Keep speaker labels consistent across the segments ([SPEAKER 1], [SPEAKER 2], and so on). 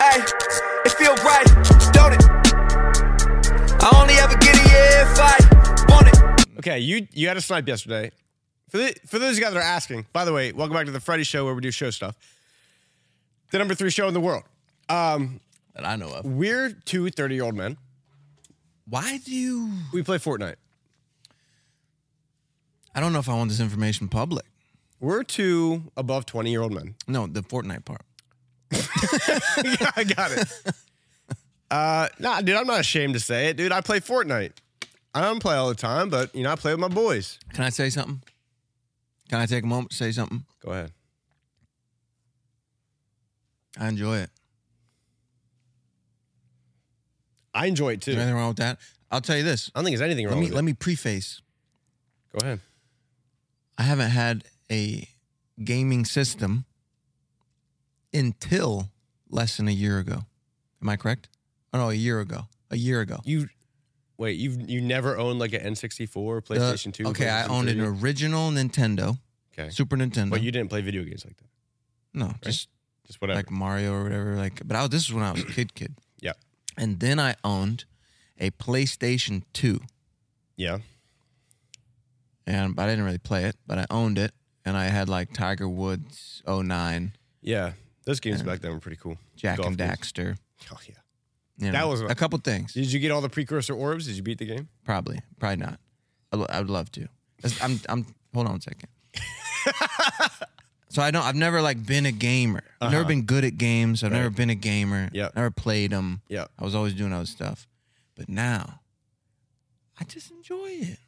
[SPEAKER 1] Hey, it feel right, don't it? I only ever get it yeah, if I want it.
[SPEAKER 2] Okay, you you had a snipe yesterday. For the, for those of you guys that are asking, by the way, welcome back to the Friday show where we do show stuff. The number three show in the world. Um,
[SPEAKER 3] that I know of.
[SPEAKER 2] we're two 30 year old men.
[SPEAKER 3] Why do you?
[SPEAKER 2] We play Fortnite.
[SPEAKER 3] I don't know if I want this information public.
[SPEAKER 2] We're two above 20 year old men.
[SPEAKER 3] No, the Fortnite part.
[SPEAKER 2] I got it. Uh, nah, dude, I'm not ashamed to say it, dude. I play Fortnite. I don't play all the time, but you know, I play with my boys.
[SPEAKER 3] Can I say something? Can I take a moment to say something?
[SPEAKER 2] Go ahead.
[SPEAKER 3] I enjoy it.
[SPEAKER 2] I enjoy it too.
[SPEAKER 3] Is there
[SPEAKER 2] I
[SPEAKER 3] anything wrong with that? I'll tell you this.
[SPEAKER 2] don't think there's anything wrong
[SPEAKER 3] Let me
[SPEAKER 2] with
[SPEAKER 3] let
[SPEAKER 2] it.
[SPEAKER 3] me preface.
[SPEAKER 2] Go ahead.
[SPEAKER 3] I haven't had a gaming system until less than a year ago. Am I correct? Oh no, a year ago. A year ago.
[SPEAKER 2] You wait, you've you never owned like an N64,
[SPEAKER 3] The-
[SPEAKER 2] PlayStation 2.
[SPEAKER 3] Uh, Okay, I
[SPEAKER 2] PlayStation
[SPEAKER 3] owned
[SPEAKER 2] 3?
[SPEAKER 3] an original Nintendo,
[SPEAKER 2] Okay.
[SPEAKER 3] Super Nintendo.
[SPEAKER 2] But you didn't play video games like that.
[SPEAKER 3] no, just
[SPEAKER 2] Just whatever.
[SPEAKER 3] like Mario or whatever. Like, but I was, this is when I was a kid, kid.
[SPEAKER 2] yeah.
[SPEAKER 3] And then I owned a PlayStation 2.
[SPEAKER 2] Yeah.
[SPEAKER 3] And but I didn't really play it, but I owned it. And I had like Tiger Woods 09,
[SPEAKER 2] Yeah. Those games back then were pretty cool.
[SPEAKER 3] Jack
[SPEAKER 2] Golf
[SPEAKER 3] and
[SPEAKER 2] games.
[SPEAKER 3] Daxter.
[SPEAKER 2] Oh yeah.
[SPEAKER 3] You know,
[SPEAKER 2] That was-
[SPEAKER 3] a couple things.
[SPEAKER 2] Did you get all the precursor orbs? Did you beat the game?
[SPEAKER 3] Probably. Probably not. I lo- I would love to. That's- I'm, I'm, hold on one second. so I don't, I've never like been a gamer. I've never been good at games. I've never been a gamer.
[SPEAKER 2] Uh-huh. Yep.
[SPEAKER 3] Never played them.
[SPEAKER 2] Yeah.
[SPEAKER 3] I was always doing other stuff. But now I just enjoy it.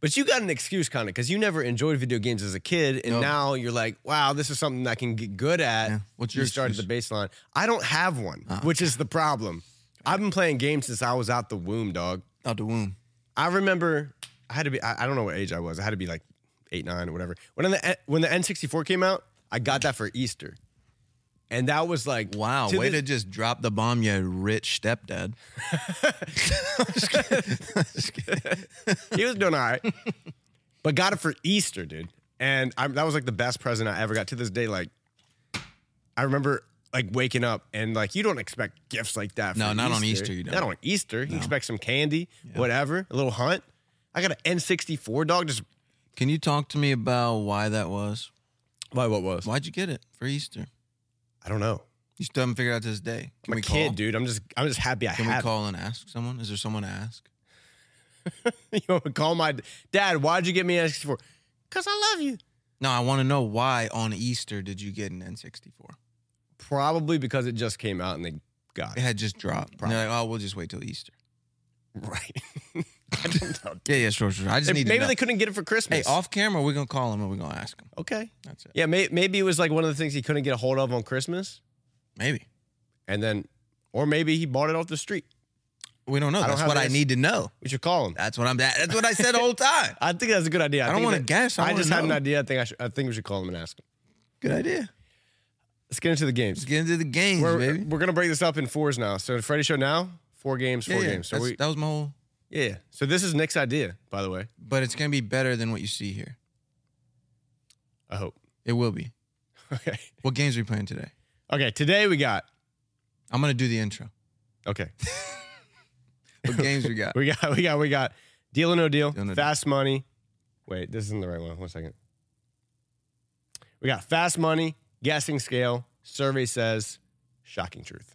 [SPEAKER 2] But you got an excuse kind of because you never enjoyed video games as a kid, and
[SPEAKER 3] Nope.
[SPEAKER 2] now you're like, wow, this is something I can get good at.
[SPEAKER 3] Yeah. What's
[SPEAKER 2] you
[SPEAKER 3] your Ah.
[SPEAKER 2] start at the baseline. I don't have one, which is the problem. I've been playing games since I was out the womb, dog.
[SPEAKER 3] Out the womb.
[SPEAKER 2] I remember I had to be I, I don't know what age I was. I had to be like eight, nine, or whatever. When the when the N64 came out, I got that for Easter. And that was like
[SPEAKER 3] Wow,
[SPEAKER 2] to
[SPEAKER 3] way
[SPEAKER 2] this-
[SPEAKER 3] to just drop the bomb, you rich stepdad.
[SPEAKER 2] he was doing all right. But got it for Easter, dude. And I, that was like the best present I ever got to this day. Like, I remember like waking up and like, you don't expect gifts like that.
[SPEAKER 3] No,
[SPEAKER 2] for
[SPEAKER 3] not on Easter, you don't.
[SPEAKER 2] Not on Easter. You expect some candy, whatever, a little hunt. I got an N64 dog. Just
[SPEAKER 3] Can you talk to me about why that was?
[SPEAKER 2] why? What was?
[SPEAKER 3] Why'd you get it for Easter?
[SPEAKER 2] I don't know.
[SPEAKER 3] You still haven't figured out to this day. Can
[SPEAKER 2] I'm a
[SPEAKER 3] we
[SPEAKER 2] kid,
[SPEAKER 3] call?
[SPEAKER 2] dude. I'm just I'm just happy I
[SPEAKER 3] Can we
[SPEAKER 2] have.
[SPEAKER 3] call and ask someone? Is there someone to ask?
[SPEAKER 2] you know, call my d- dad. Why'd you get me an N64? Cause I love you.
[SPEAKER 3] No, I want to know why on Easter did you get an N64?
[SPEAKER 2] Probably because it just came out and they got
[SPEAKER 3] It
[SPEAKER 2] it.
[SPEAKER 3] had just dropped. And they're like, oh, we'll just wait till Easter.
[SPEAKER 2] right. I don't know.
[SPEAKER 3] Yeah, yeah, sure, sure. I just
[SPEAKER 2] Maybe
[SPEAKER 3] need to know.
[SPEAKER 2] they couldn't get it for
[SPEAKER 3] Hey,
[SPEAKER 2] Christmas.
[SPEAKER 3] off camera, we're going to call him and we're going to ask him.
[SPEAKER 2] Okay.
[SPEAKER 3] That's it.
[SPEAKER 2] Yeah, may, maybe it was like one of the things he couldn't get a hold of on Christmas,
[SPEAKER 3] Maybe.
[SPEAKER 2] and then, or maybe he bought it off the street.
[SPEAKER 3] We don't know.
[SPEAKER 2] I don't
[SPEAKER 3] That's
[SPEAKER 2] have
[SPEAKER 3] what I
[SPEAKER 2] this.
[SPEAKER 3] need to know.
[SPEAKER 2] We should call him.
[SPEAKER 3] That's what I'm. That, that's what I said the whole time.
[SPEAKER 2] I think that's a good idea.
[SPEAKER 3] I don't
[SPEAKER 2] think
[SPEAKER 3] wanna
[SPEAKER 2] that-
[SPEAKER 3] guess, I
[SPEAKER 2] I,
[SPEAKER 3] wanna
[SPEAKER 2] just had an
[SPEAKER 3] know.
[SPEAKER 2] idea. I think I should. I think we should call him and ask him.
[SPEAKER 3] Good idea.
[SPEAKER 2] Let's get into the games.
[SPEAKER 3] Let's get into the games,
[SPEAKER 2] We're, uh,
[SPEAKER 3] baby.
[SPEAKER 2] we're gonna break this up in fours now. So Friday show now, four games, four
[SPEAKER 3] Yeah, yeah,
[SPEAKER 2] games. So
[SPEAKER 3] that's-
[SPEAKER 2] we,
[SPEAKER 3] that was my whole.
[SPEAKER 2] yeah, yeah. So this is Nick's idea, by the way.
[SPEAKER 3] But it's gonna be better than what you see here.
[SPEAKER 2] I hope.
[SPEAKER 3] It will be.
[SPEAKER 2] Okay.
[SPEAKER 3] What games are we playing today?
[SPEAKER 2] Okay. Today we got.
[SPEAKER 3] I'm gonna do the intro.
[SPEAKER 2] Okay.
[SPEAKER 3] What games we got?
[SPEAKER 2] We got. We got. We got. Deal or no deal.
[SPEAKER 3] Deal or No Deal.
[SPEAKER 2] fast money. Wait, this isn't the right one. One second. We got fast money, guessing scale, survey says, shocking truth.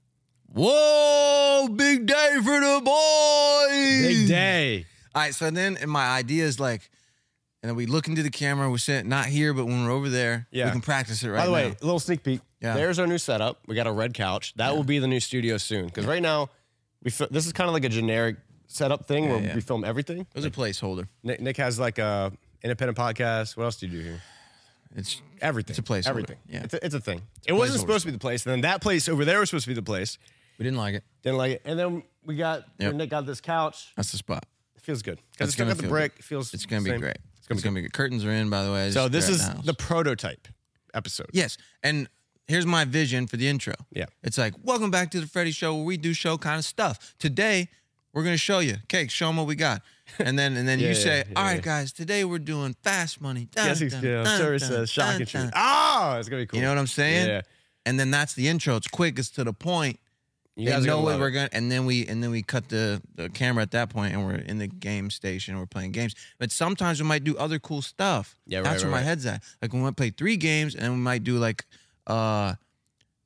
[SPEAKER 3] Whoa, big day for the boys!
[SPEAKER 2] Big day.
[SPEAKER 3] All right, so then and my idea is like, and then we look into the camera. We're sitting not here, but when we're over there,
[SPEAKER 2] Yeah.
[SPEAKER 3] we can practice it right
[SPEAKER 2] By the way,
[SPEAKER 3] now.
[SPEAKER 2] a little sneak peek.
[SPEAKER 3] Yeah.
[SPEAKER 2] There's our new setup. We got a red couch. That will be the new studio soon. Because right now, we fi- this is kind of like a generic setup thing where
[SPEAKER 3] yeah.
[SPEAKER 2] we film everything.
[SPEAKER 3] It was a placeholder.
[SPEAKER 2] Nick, Nick has like a independent podcast. What else do you do here?
[SPEAKER 3] It's
[SPEAKER 2] Everything.
[SPEAKER 3] It's a place.
[SPEAKER 2] Everything.
[SPEAKER 3] Yeah.
[SPEAKER 2] It's a, it's a thing. it wasn't
[SPEAKER 3] placeholder.
[SPEAKER 2] supposed to be the place. And then that place over there was supposed to be the place.
[SPEAKER 3] we didn't like it.
[SPEAKER 2] Didn't like it. And then we got,
[SPEAKER 3] Yep.
[SPEAKER 2] Nick got this couch.
[SPEAKER 3] That's the spot.
[SPEAKER 2] It feels good. Because
[SPEAKER 3] That's
[SPEAKER 2] it's still
[SPEAKER 3] gonna
[SPEAKER 2] got the
[SPEAKER 3] feel
[SPEAKER 2] brick.
[SPEAKER 3] good.
[SPEAKER 2] It feels
[SPEAKER 3] It's gonna
[SPEAKER 2] same.
[SPEAKER 3] be great.
[SPEAKER 2] It's gonna be
[SPEAKER 3] good. Curtains are in, by the way.
[SPEAKER 2] So this
[SPEAKER 3] They're at
[SPEAKER 2] is
[SPEAKER 3] house.
[SPEAKER 2] the prototype episode.
[SPEAKER 3] Yes. And here's my vision for the intro.
[SPEAKER 2] Yeah.
[SPEAKER 3] It's like, welcome back to the Freddy Show where we do show kind of stuff. Today, we're going to show you. Cake, show them what we got. And then and then you
[SPEAKER 2] Yeah,
[SPEAKER 3] say,
[SPEAKER 2] yeah,
[SPEAKER 3] all right,
[SPEAKER 2] yeah.
[SPEAKER 3] guys, today we're doing fast money. Dun,
[SPEAKER 2] Yes, he's
[SPEAKER 3] dun,
[SPEAKER 2] yeah,
[SPEAKER 3] dun,
[SPEAKER 2] Sarah
[SPEAKER 3] dun,
[SPEAKER 2] says
[SPEAKER 3] dun,
[SPEAKER 2] shocking truth.
[SPEAKER 3] dun."
[SPEAKER 2] Oh, it's gonna be cool.
[SPEAKER 3] You know what I'm saying?
[SPEAKER 2] Yeah.
[SPEAKER 3] And then that's the intro. It's quick, it's to the point.
[SPEAKER 2] You
[SPEAKER 3] They
[SPEAKER 2] guys are
[SPEAKER 3] know
[SPEAKER 2] gonna
[SPEAKER 3] what
[SPEAKER 2] love
[SPEAKER 3] we're
[SPEAKER 2] it.
[SPEAKER 3] gonna, and then we and then we cut the, the camera at that point, and we're in the game station. We're playing games, but sometimes we might do other cool stuff.
[SPEAKER 2] Yeah, right,
[SPEAKER 3] that's where
[SPEAKER 2] right,
[SPEAKER 3] my
[SPEAKER 2] right.
[SPEAKER 3] head's at. Like we might play three games, and we might do like uh,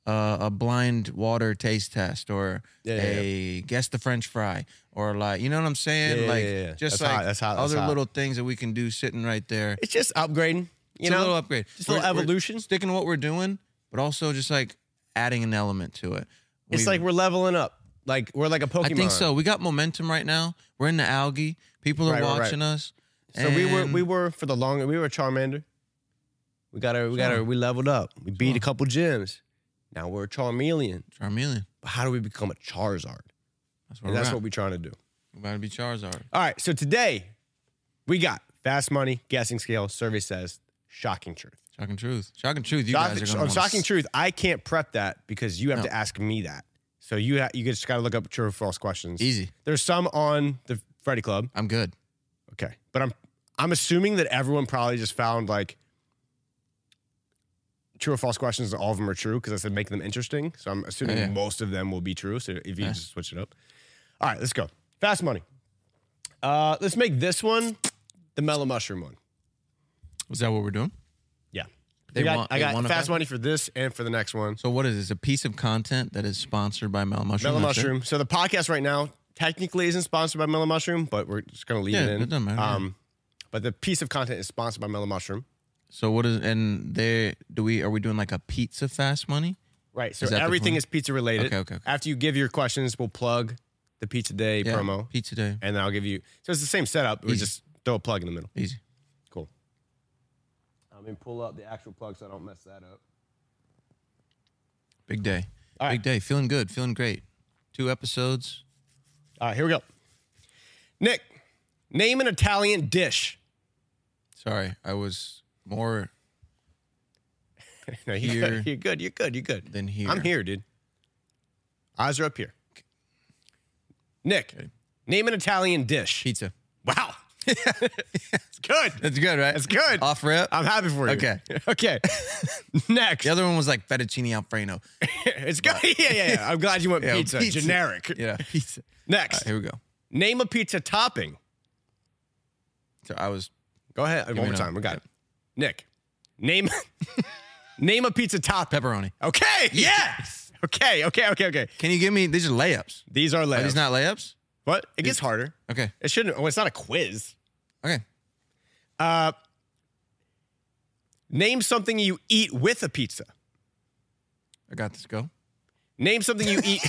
[SPEAKER 3] uh, a blind water taste test, or
[SPEAKER 2] Yeah, yeah,
[SPEAKER 3] a guess the French fry, or like you know what I'm saying?
[SPEAKER 2] Yeah, yeah,
[SPEAKER 3] like
[SPEAKER 2] yeah, yeah.
[SPEAKER 3] just
[SPEAKER 2] That's
[SPEAKER 3] like
[SPEAKER 2] hot, that's hot, that's
[SPEAKER 3] other
[SPEAKER 2] hot.
[SPEAKER 3] little things that we can do sitting right there.
[SPEAKER 2] It's just upgrading. You
[SPEAKER 3] It's
[SPEAKER 2] know,
[SPEAKER 3] a little upgrade,
[SPEAKER 2] Just a little
[SPEAKER 3] We're- we're
[SPEAKER 2] evolution.
[SPEAKER 3] sticking to what we're doing, but also just like adding an element to it.
[SPEAKER 2] It's
[SPEAKER 3] We've-
[SPEAKER 2] like we're leveling up. Like we're like a Pokemon.
[SPEAKER 3] I think so. We got momentum right now. We're in the algae. People are
[SPEAKER 2] Right, right, right.
[SPEAKER 3] watching us.
[SPEAKER 2] So we were
[SPEAKER 3] and
[SPEAKER 2] we were for the long we were Charmander. We got our we got our we leveled up. We beat a couple gyms. Now we're a Charmeleon.
[SPEAKER 3] Charmeleon.
[SPEAKER 2] But how do we become a Charizard?
[SPEAKER 3] That's where
[SPEAKER 2] And
[SPEAKER 3] we're
[SPEAKER 2] that's
[SPEAKER 3] at.
[SPEAKER 2] what we're trying to do.
[SPEAKER 3] we're about to be Charizard.
[SPEAKER 2] All right. So today we got fast money, guessing scale, survey says, shocking truth.
[SPEAKER 3] Shocking truth. Shocking truth. You
[SPEAKER 2] Shocking,
[SPEAKER 3] guys are going to
[SPEAKER 2] shocking truth. I can't prep that because you have to ask me that. So you ha- you just got to look up true or false questions.
[SPEAKER 3] Easy.
[SPEAKER 2] There's some on the Freddy Club.
[SPEAKER 3] I'm good.
[SPEAKER 2] Okay, but I'm I'm assuming that everyone probably just found like true or false questions. and All of them are true because I said make them interesting. So I'm assuming
[SPEAKER 3] Yeah.
[SPEAKER 2] most of them will be true. So if you just switch it up. All right, let's go. Fast money. Uh, let's make this one the mellow mushroom one.
[SPEAKER 3] Is that what we're doing?
[SPEAKER 2] Yeah.
[SPEAKER 3] They
[SPEAKER 2] I got,
[SPEAKER 3] want-
[SPEAKER 2] I
[SPEAKER 3] they
[SPEAKER 2] got
[SPEAKER 3] want a
[SPEAKER 2] fast
[SPEAKER 3] fast-
[SPEAKER 2] money for this and for the next one.
[SPEAKER 3] So what is this? A piece of content that is sponsored by Mellow Mushroom.
[SPEAKER 2] Mellow
[SPEAKER 3] That's it?
[SPEAKER 2] Mushroom. So the podcast right now technically isn't sponsored by Mellow Mushroom, but we're just gonna leave
[SPEAKER 3] Yeah,
[SPEAKER 2] it in.
[SPEAKER 3] it doesn't matter, yeah.
[SPEAKER 2] Um, but the piece of content is sponsored by Mellow Mushroom.
[SPEAKER 3] So what is and they do we are we doing like a pizza fast money?
[SPEAKER 2] Right. So
[SPEAKER 3] Is that the
[SPEAKER 2] everything
[SPEAKER 3] plan?
[SPEAKER 2] is pizza related.
[SPEAKER 3] Okay, okay, okay.
[SPEAKER 2] After you give your questions, we'll plug the Pizza Day
[SPEAKER 3] Yeah,
[SPEAKER 2] promo,
[SPEAKER 3] Pizza day.
[SPEAKER 2] and then I'll give you. So it's the same setup. We
[SPEAKER 3] Easy.
[SPEAKER 2] just throw a plug in the middle.
[SPEAKER 3] Easy.
[SPEAKER 2] Cool. I mean, pull up the actual plug so I don't mess that up.
[SPEAKER 3] Big day.
[SPEAKER 2] All right.
[SPEAKER 3] Big day. Feeling good. Feeling great. Two episodes.
[SPEAKER 2] All right, here we go. Nick, name an Italian dish.
[SPEAKER 3] Sorry, I was more
[SPEAKER 2] No, you're,
[SPEAKER 3] Here.
[SPEAKER 2] Good. you're good. You're good. You're good.
[SPEAKER 3] Then here.
[SPEAKER 2] I'm here, dude. Eyes are up here. Nick, name an Italian dish.
[SPEAKER 3] pizza.
[SPEAKER 2] Wow. it's good.
[SPEAKER 3] That's good, right?
[SPEAKER 2] It's good.
[SPEAKER 3] Off rip.
[SPEAKER 2] I'm happy for you.
[SPEAKER 3] Okay.
[SPEAKER 2] Okay. Next.
[SPEAKER 3] The other one was like fettuccine alfredo.
[SPEAKER 2] It's good. Yeah, yeah, yeah. I'm glad you went
[SPEAKER 3] Yeah,
[SPEAKER 2] pizza.
[SPEAKER 3] pizza.
[SPEAKER 2] Generic.
[SPEAKER 3] Yeah, pizza.
[SPEAKER 2] Next.
[SPEAKER 3] here we go.
[SPEAKER 2] Name a pizza topping.
[SPEAKER 3] So I was
[SPEAKER 2] Go ahead. One
[SPEAKER 3] me
[SPEAKER 2] more
[SPEAKER 3] another.
[SPEAKER 2] time. We got it. Nick. Name name a pizza topping.
[SPEAKER 3] pepperoni.
[SPEAKER 2] Okay. Yes. okay. Okay. Okay. Okay.
[SPEAKER 3] Can you give me these are layups?
[SPEAKER 2] These are
[SPEAKER 3] Are
[SPEAKER 2] layups.
[SPEAKER 3] these not layups?
[SPEAKER 2] but it gets harder.
[SPEAKER 3] Okay.
[SPEAKER 2] It shouldn't. Well, it's not a quiz. Uh,
[SPEAKER 3] Okay.
[SPEAKER 2] Name something you eat with a pizza.
[SPEAKER 3] I got this. Go.
[SPEAKER 2] Name something you eat.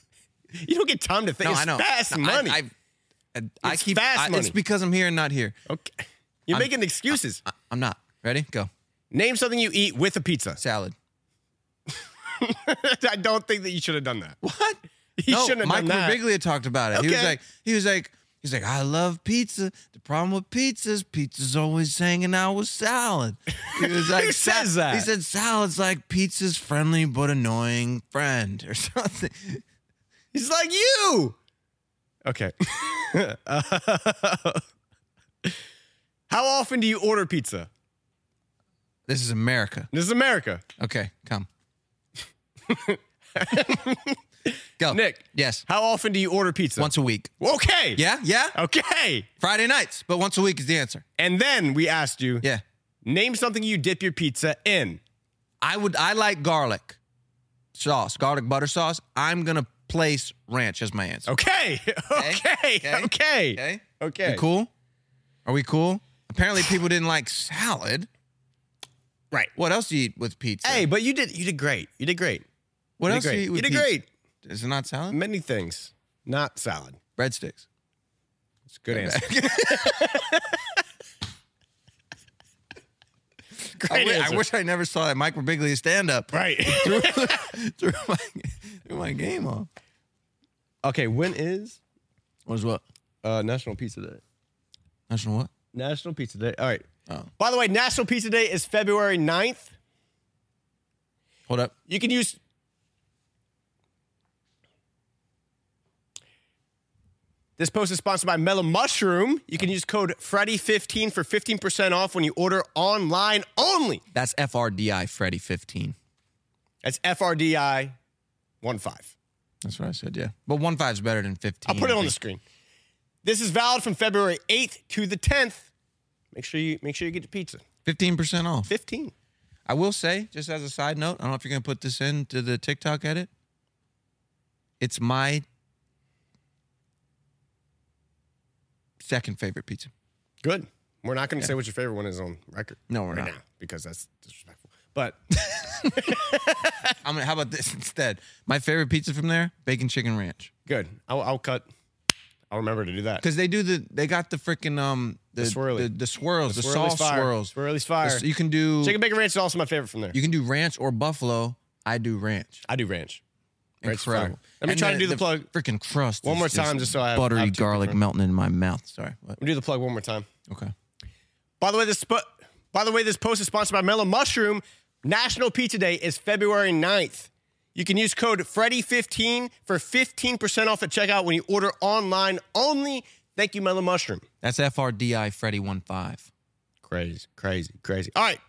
[SPEAKER 2] you don't get time to think. it's fast
[SPEAKER 3] No, I-
[SPEAKER 2] money.
[SPEAKER 3] I, I, I
[SPEAKER 2] It's
[SPEAKER 3] keep
[SPEAKER 2] fast
[SPEAKER 3] I- It's
[SPEAKER 2] money.
[SPEAKER 3] because I'm here and not here.
[SPEAKER 2] okay. You're
[SPEAKER 3] uh,
[SPEAKER 2] making excuses.
[SPEAKER 3] I, I'm not. Ready? Go.
[SPEAKER 2] Name something you eat with a pizza.
[SPEAKER 3] Salad.
[SPEAKER 2] I don't think that you should have done that.
[SPEAKER 3] What?
[SPEAKER 2] He
[SPEAKER 3] no,
[SPEAKER 2] shouldn't have
[SPEAKER 3] Mike
[SPEAKER 2] done that.
[SPEAKER 3] Birbiglia talked about it. He was
[SPEAKER 2] Okay.
[SPEAKER 3] like, he was like, he's like, I love pizza. The problem with pizza is pizza's always hanging out with salad. He was like,
[SPEAKER 2] Who says
[SPEAKER 3] "Sa-
[SPEAKER 2] that?
[SPEAKER 3] He said salad's like pizza's friendly but annoying friend or something.
[SPEAKER 2] He's like you. Okay. how often do you order pizza?
[SPEAKER 3] This is America.
[SPEAKER 2] This is America.
[SPEAKER 3] Okay, come. Go.
[SPEAKER 2] Nick.
[SPEAKER 3] Yes.
[SPEAKER 2] How often do you order pizza?
[SPEAKER 3] Once a week.
[SPEAKER 2] Okay.
[SPEAKER 3] Yeah, yeah.
[SPEAKER 2] Okay.
[SPEAKER 3] Friday nights, but once a week is the answer.
[SPEAKER 2] And then we asked you,
[SPEAKER 3] Yeah.
[SPEAKER 2] name something you dip your pizza in.
[SPEAKER 3] I would I like garlic sauce, garlic butter sauce. I'm gonna place ranch as my answer.
[SPEAKER 2] Okay. Okay. Okay.
[SPEAKER 3] Okay.
[SPEAKER 2] Okay.
[SPEAKER 3] Okay. We cool? Are we cool? Apparently people didn't like salad.
[SPEAKER 2] Right.
[SPEAKER 3] What else do you eat with pizza?
[SPEAKER 2] Hey, but you did you did great. You did great.
[SPEAKER 3] what
[SPEAKER 2] You
[SPEAKER 3] else
[SPEAKER 2] did
[SPEAKER 3] do
[SPEAKER 2] great.
[SPEAKER 3] you eat
[SPEAKER 2] You
[SPEAKER 3] with
[SPEAKER 2] did
[SPEAKER 3] pizza?
[SPEAKER 2] great. Mm.
[SPEAKER 3] Is it not salad?
[SPEAKER 2] Many things. Not salad.
[SPEAKER 3] Breadsticks.
[SPEAKER 2] It's a good answer.
[SPEAKER 3] I,
[SPEAKER 4] Great
[SPEAKER 3] wi- I
[SPEAKER 4] answer.
[SPEAKER 3] wish I never saw that Mike Birbiglia stand up
[SPEAKER 4] Right.
[SPEAKER 3] through, through, my, through my game off.
[SPEAKER 2] Okay, when is
[SPEAKER 3] Was what?
[SPEAKER 2] uh, National Pizza Day?
[SPEAKER 3] National what?
[SPEAKER 2] National Pizza Day. All right.
[SPEAKER 3] Oh.
[SPEAKER 2] By the way, National Pizza Day is February 9th.
[SPEAKER 3] Hold up.
[SPEAKER 2] You can use. This post is sponsored by Mellow Mushroom. You can use code Freddy15 for 15% off when you order online only.
[SPEAKER 3] That's FRDI Freddy 15.
[SPEAKER 2] That's FRDI 15.
[SPEAKER 3] That's what I said, yeah. But one five's better than 15.
[SPEAKER 2] I'll put it on the
[SPEAKER 3] this.
[SPEAKER 2] screen. This is valid from February 8th to the 10th. Make sure you make sure you get your pizza.
[SPEAKER 3] 15% off.
[SPEAKER 2] 15.
[SPEAKER 3] I will say, just as a side note, I don't know if you're going to put this into the TikTok edit. It's my second favorite pizza.
[SPEAKER 2] Good. We're not going to say what your favorite one is on record.
[SPEAKER 3] No, we're
[SPEAKER 2] right
[SPEAKER 3] not.
[SPEAKER 2] now because that's disrespectful. But
[SPEAKER 3] I'm gonna, how about this instead? My favorite pizza from there, bacon chicken ranch.
[SPEAKER 2] good. I'll, I'll cut. I'll remember to do that.
[SPEAKER 3] Because they do the, they got the freaking um the,
[SPEAKER 2] The swirly.
[SPEAKER 3] the, the swirls, the,
[SPEAKER 2] Swirly's
[SPEAKER 3] sauce
[SPEAKER 2] fire.
[SPEAKER 3] swirls.
[SPEAKER 2] Swirly's fire.
[SPEAKER 3] The s- you can do
[SPEAKER 2] Chicken bacon ranch is also my favorite from there.
[SPEAKER 3] you can do ranch or buffalo. I do ranch.
[SPEAKER 2] I do ranch. Ranch is fire.
[SPEAKER 3] Incredible.
[SPEAKER 2] Let me
[SPEAKER 3] And
[SPEAKER 2] try to do the plug.
[SPEAKER 3] Freaking crust.
[SPEAKER 2] One
[SPEAKER 3] is
[SPEAKER 2] more time, just so I have-
[SPEAKER 3] buttery
[SPEAKER 2] I have two
[SPEAKER 3] garlic
[SPEAKER 2] different-
[SPEAKER 3] melting in my mouth. Sorry. What?
[SPEAKER 2] I'm gonna do the plug one more time.
[SPEAKER 3] Okay.
[SPEAKER 2] By the way, this spo- by the way, this post is sponsored by Mellow Mushroom. National Pizza Day is February 9th. You can use code Freddy15 for 15% off at checkout when you order online only. Thank you, Mellow Mushroom.
[SPEAKER 3] That's FRDI Freddy one five.
[SPEAKER 2] Crazy, crazy, crazy. All right.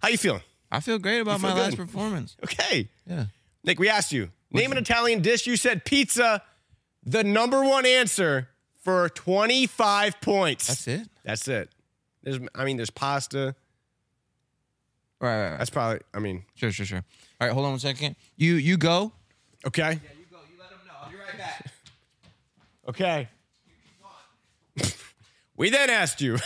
[SPEAKER 2] How you feeling?
[SPEAKER 3] I feel great about
[SPEAKER 2] feel
[SPEAKER 3] my last
[SPEAKER 2] good.
[SPEAKER 3] performance.
[SPEAKER 2] Okay.
[SPEAKER 3] Yeah.
[SPEAKER 2] Nick, we asked you, name an Italian dish. You said pizza, the number one answer for 25 points.
[SPEAKER 3] That's it.
[SPEAKER 2] That's it. There's, I mean, there's pasta.
[SPEAKER 3] Right, right, right.
[SPEAKER 2] That's probably, I mean,
[SPEAKER 3] Sure, sure, sure. All right, hold on one second. You you go.
[SPEAKER 2] okay.
[SPEAKER 3] You go. You let them know. I'll be right back.
[SPEAKER 2] Okay. we then asked you.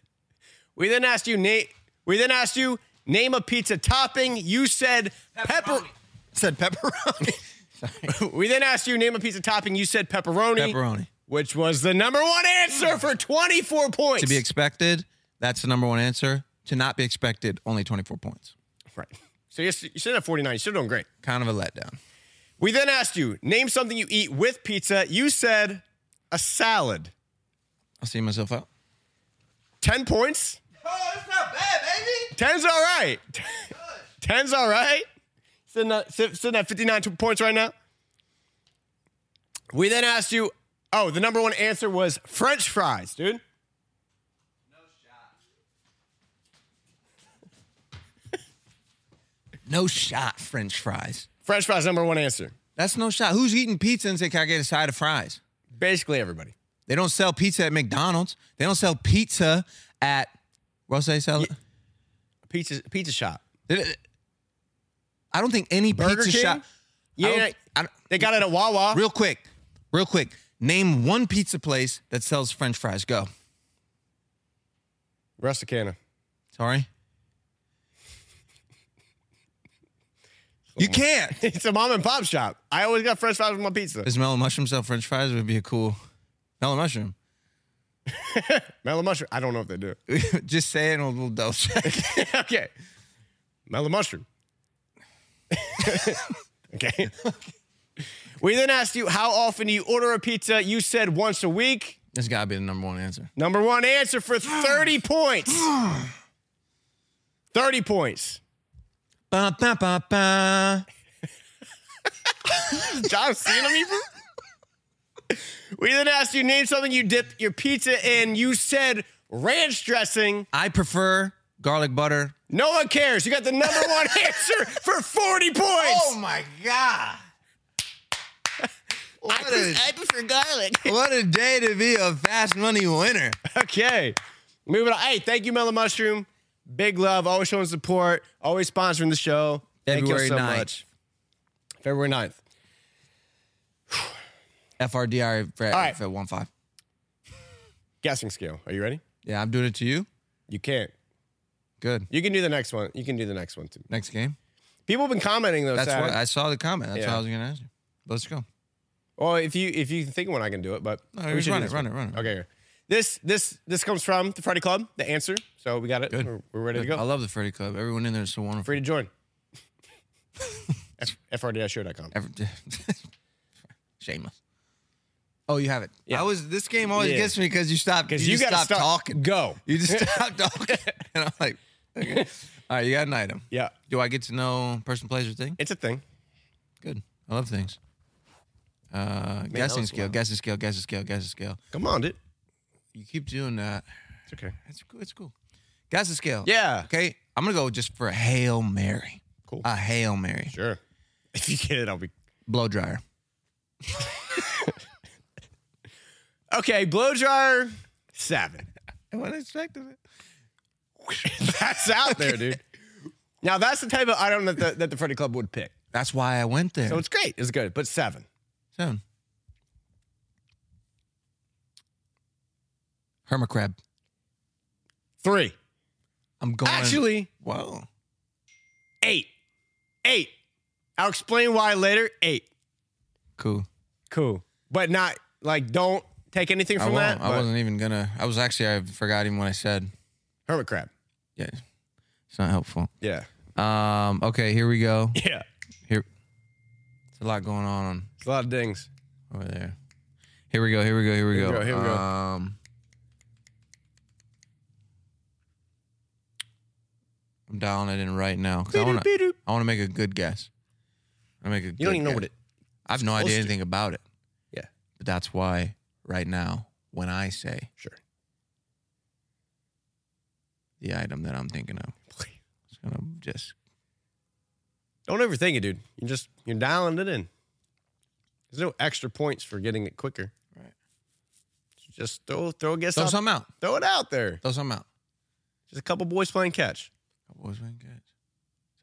[SPEAKER 2] we then asked you, Nate. We then asked you, name a pizza topping. You said pepper.
[SPEAKER 3] Pepperoni.
[SPEAKER 2] Said pepperoni. we then asked you, name a pizza topping. You said pepperoni.
[SPEAKER 3] Pepperoni.
[SPEAKER 2] Which was the number one answer for 24 points.
[SPEAKER 3] To be expected, that's the number one answer. To not be expected, only 24 points.
[SPEAKER 2] right. So you're, you still at 49. You're still doing great.
[SPEAKER 3] Kind of a letdown.
[SPEAKER 2] We then asked you, name something you eat with pizza. You said a salad.
[SPEAKER 3] I'll see myself out.
[SPEAKER 2] 10 points.
[SPEAKER 3] Oh, that's not bad, baby.
[SPEAKER 2] Ten's all right. Ten's all right. Sitting at, sit- sitting at 59 t- points right now. We then asked you, oh, the number one answer was French fries, dude.
[SPEAKER 3] No shot, French fries.
[SPEAKER 2] French fries, number one answer.
[SPEAKER 3] That's no shot. Who's eating pizza and say, can I get a side of fries?
[SPEAKER 2] Basically everybody.
[SPEAKER 3] They don't sell pizza at McDonald's. They don't sell pizza at, what else they sell? it?
[SPEAKER 2] Pizza pizza shop.
[SPEAKER 3] They- I don't think any
[SPEAKER 2] Burger
[SPEAKER 3] pizza
[SPEAKER 2] King?
[SPEAKER 3] shop. I
[SPEAKER 2] Yeah,
[SPEAKER 3] don't- I don't-
[SPEAKER 2] they got it at Wawa.
[SPEAKER 3] Real quick, real quick. Name one pizza place that sells French fries. Go.
[SPEAKER 2] Rusticana.
[SPEAKER 3] Sorry. You can't.
[SPEAKER 2] It's a mom and pop shop. I always got French fries with my pizza.
[SPEAKER 3] Does mellow mushroom sell French fries? Would be a cool mellow mushroom.
[SPEAKER 2] Mellow mushroom. I don't know if they do.
[SPEAKER 3] Just say it and we'll, we'll double check.
[SPEAKER 2] okay. Mellow mushroom. okay. We then asked you, how often do you order a pizza? You said once a week.
[SPEAKER 3] That's gotta be the number one answer.
[SPEAKER 2] Number one answer for 30 points. 30 points.
[SPEAKER 3] Ba, ba, ba, ba.
[SPEAKER 2] John Cena even? We then asked you, name something you dip your pizza in. You said ranch dressing.
[SPEAKER 3] I prefer garlic butter.
[SPEAKER 2] No one cares. You got the number one answer for 40 points.
[SPEAKER 3] Oh my god. What a,
[SPEAKER 2] prefer garlic.
[SPEAKER 3] what a day to be a fast money winner.
[SPEAKER 2] Okay. Moving on. Hey, thank you, Mellow Mushroom. Big love. Always showing support. Always sponsoring the show.
[SPEAKER 3] February
[SPEAKER 2] thank you so
[SPEAKER 3] 9th.
[SPEAKER 2] much. February 9th.
[SPEAKER 3] FRDR for,
[SPEAKER 2] right.
[SPEAKER 3] for one five.
[SPEAKER 2] Guessing scale. Are you ready?
[SPEAKER 3] Yeah, I'm doing it to you.
[SPEAKER 2] You can't.
[SPEAKER 3] Good.
[SPEAKER 2] You can do the next one. You can do the next one too.
[SPEAKER 3] Next game.
[SPEAKER 2] People have been commenting though.
[SPEAKER 3] That's
[SPEAKER 2] Sad.
[SPEAKER 3] what I saw the comment. That's
[SPEAKER 2] Yeah.
[SPEAKER 3] what I was gonna ask you. Let's go.
[SPEAKER 2] Well, if you if you think one, I can do it. But
[SPEAKER 3] No,
[SPEAKER 2] we
[SPEAKER 3] just
[SPEAKER 2] should
[SPEAKER 3] run
[SPEAKER 2] do
[SPEAKER 3] it,
[SPEAKER 2] this
[SPEAKER 3] run
[SPEAKER 2] one.
[SPEAKER 3] it, run it.
[SPEAKER 2] Okay. this this this comes from the Friday Club, the answer. So we got it. We're, we're ready to
[SPEAKER 3] I
[SPEAKER 2] go.
[SPEAKER 3] love the Freddy Club. Everyone in there is so wonderful.
[SPEAKER 2] Free to join. F- FRDShow.com.
[SPEAKER 3] Ever- Shameless. Oh, you have it. I was. This game always
[SPEAKER 2] Yeah.
[SPEAKER 3] gets me because you stop. You,
[SPEAKER 2] Because you, got
[SPEAKER 3] just
[SPEAKER 2] to
[SPEAKER 3] stop,
[SPEAKER 2] stop
[SPEAKER 3] talking.
[SPEAKER 2] Go.
[SPEAKER 3] You just stop talking, and I'm like, okay. all right, you got an item.
[SPEAKER 2] Yeah,
[SPEAKER 3] Do I get to know person, place, or thing?
[SPEAKER 2] it's a thing.
[SPEAKER 3] Good. I love things. Uh, guessing
[SPEAKER 2] was
[SPEAKER 3] scale,
[SPEAKER 2] loud.
[SPEAKER 3] guessing scale, guessing scale, guessing scale.
[SPEAKER 2] Come on, dude.
[SPEAKER 3] You keep doing that.
[SPEAKER 2] It's okay.
[SPEAKER 3] It's cool. It's cool. Guessing scale.
[SPEAKER 2] Yeah.
[SPEAKER 3] Okay. I'm gonna go just for a hail mary.
[SPEAKER 2] Cool.
[SPEAKER 3] A hail mary.
[SPEAKER 2] Sure. If you get it, I'll be
[SPEAKER 3] Blow dryer.
[SPEAKER 2] okay. Blow dryer seven.
[SPEAKER 3] I wasn't expecting it.
[SPEAKER 2] that's out there, dude. Now that's the type of item that the, that the Freddy Club would pick.
[SPEAKER 3] That's why I went there.
[SPEAKER 2] So it's great. It's good, but seven.
[SPEAKER 3] Seven. Hermit crab.
[SPEAKER 2] Three.
[SPEAKER 3] I'm going.
[SPEAKER 2] Actually,
[SPEAKER 3] whoa.
[SPEAKER 2] eight. Eight. I'll explain why later. Eight.
[SPEAKER 3] Cool.
[SPEAKER 2] Cool. But not like don't take anything
[SPEAKER 3] I,
[SPEAKER 2] from
[SPEAKER 3] won't,
[SPEAKER 2] that.
[SPEAKER 3] I
[SPEAKER 2] but
[SPEAKER 3] wasn't even gonna. I was actually. I forgot even what I said.
[SPEAKER 2] hermit crab.
[SPEAKER 3] Yeah, it's not helpful.
[SPEAKER 2] Yeah.
[SPEAKER 3] Um. Okay. Here we go.
[SPEAKER 2] Yeah.
[SPEAKER 3] Here. It's a lot going on
[SPEAKER 2] It's a lot of dings.
[SPEAKER 3] over there. Here we go. Here we go. Here we
[SPEAKER 2] Here we
[SPEAKER 3] go.
[SPEAKER 2] go, here we go.
[SPEAKER 3] Um. I'm dialing it in right now because I want to.
[SPEAKER 2] Beep-doop, beep-doop.
[SPEAKER 3] I want to make a good guess. I make a.
[SPEAKER 2] You don't even know what it
[SPEAKER 3] I have no idea
[SPEAKER 2] supposed to.
[SPEAKER 3] anything about it.
[SPEAKER 2] Yeah.
[SPEAKER 3] But that's why right now, when I say
[SPEAKER 2] Sure.
[SPEAKER 3] the item that I'm thinking of, it's gonna just
[SPEAKER 2] Don't overthink it, dude. You just you're dialing it in. There's no extra points for getting it quicker.
[SPEAKER 3] Right.
[SPEAKER 2] So Just throw throw a guess
[SPEAKER 3] throw
[SPEAKER 2] out.
[SPEAKER 3] something out.
[SPEAKER 2] Throw it out there.
[SPEAKER 3] Throw something out.
[SPEAKER 2] Just a couple boys playing catch.
[SPEAKER 3] What was my guess?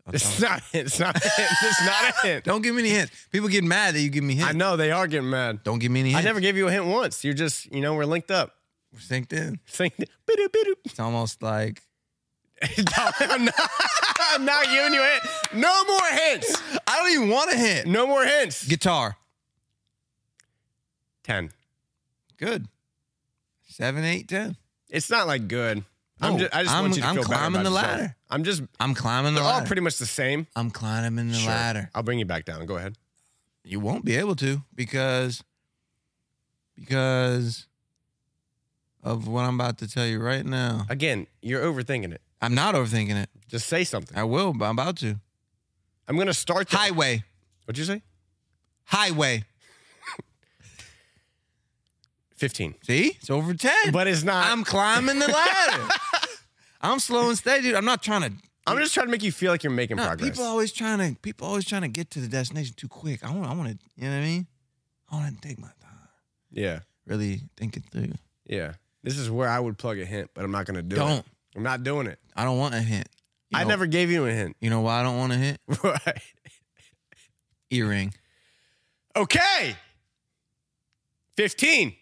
[SPEAKER 3] I'll
[SPEAKER 2] It's
[SPEAKER 3] tell-
[SPEAKER 2] not. It's not. It's not a hint.
[SPEAKER 3] Don't give me any hints. People get mad that you give me hints.
[SPEAKER 2] I know they are getting mad.
[SPEAKER 3] Don't give me any
[SPEAKER 2] I
[SPEAKER 3] hints.
[SPEAKER 2] never gave you a hint once. You're just you know we're linked up.
[SPEAKER 3] We're synced in.
[SPEAKER 2] Think. Bidoop, bidoop.
[SPEAKER 3] It's almost like
[SPEAKER 2] No, I'm not, I'm not giving you a hint. No more hints.
[SPEAKER 3] I don't even want a hint.
[SPEAKER 2] No more hints.
[SPEAKER 3] Guitar.
[SPEAKER 2] ten.
[SPEAKER 3] Good. Seven, eight, ten.
[SPEAKER 2] It's not like good. I'm
[SPEAKER 3] No,
[SPEAKER 2] just, I just
[SPEAKER 3] I'm-
[SPEAKER 2] want you to
[SPEAKER 3] I'm
[SPEAKER 2] feel better
[SPEAKER 3] climbing
[SPEAKER 2] about
[SPEAKER 3] the
[SPEAKER 2] yourself.
[SPEAKER 3] ladder.
[SPEAKER 2] I'm just.
[SPEAKER 3] I'm climbing the
[SPEAKER 2] They're all
[SPEAKER 3] ladder.
[SPEAKER 2] pretty much the same.
[SPEAKER 3] I'm climbing the
[SPEAKER 2] Sure.
[SPEAKER 3] ladder.
[SPEAKER 2] I'll bring you back down. Go ahead.
[SPEAKER 3] You won't be able to because because of what I'm about to tell you right now.
[SPEAKER 2] Again, you're overthinking it.
[SPEAKER 3] I'm not overthinking it.
[SPEAKER 2] Just say something.
[SPEAKER 3] I will, but I'm about to.
[SPEAKER 2] I'm gonna start. The,
[SPEAKER 3] Highway.
[SPEAKER 2] What'd you say?
[SPEAKER 3] Highway.
[SPEAKER 2] Fifteen.
[SPEAKER 3] See? It's over 10.
[SPEAKER 2] But it's not.
[SPEAKER 3] I'm
[SPEAKER 2] I'm,
[SPEAKER 3] climbing the ladder. I'm slow and steady, dude. I'm not trying to.
[SPEAKER 2] just trying to make you feel like you're making
[SPEAKER 3] No,
[SPEAKER 2] progress.
[SPEAKER 3] people always trying to. People always trying to get to the destination too quick. I want. I want to. You know what I mean? I want to take my time.
[SPEAKER 2] yeah,
[SPEAKER 3] Really think it through.
[SPEAKER 2] yeah. This is where I would plug a hint, but I'm not gonna do it.
[SPEAKER 3] Don't.
[SPEAKER 2] I'm not doing it.
[SPEAKER 3] I don't want a hint. You
[SPEAKER 2] I
[SPEAKER 3] know-
[SPEAKER 2] never gave you a hint.
[SPEAKER 3] You know why I don't want a hint?
[SPEAKER 2] right.
[SPEAKER 3] Earring.
[SPEAKER 2] Okay. Fifteen.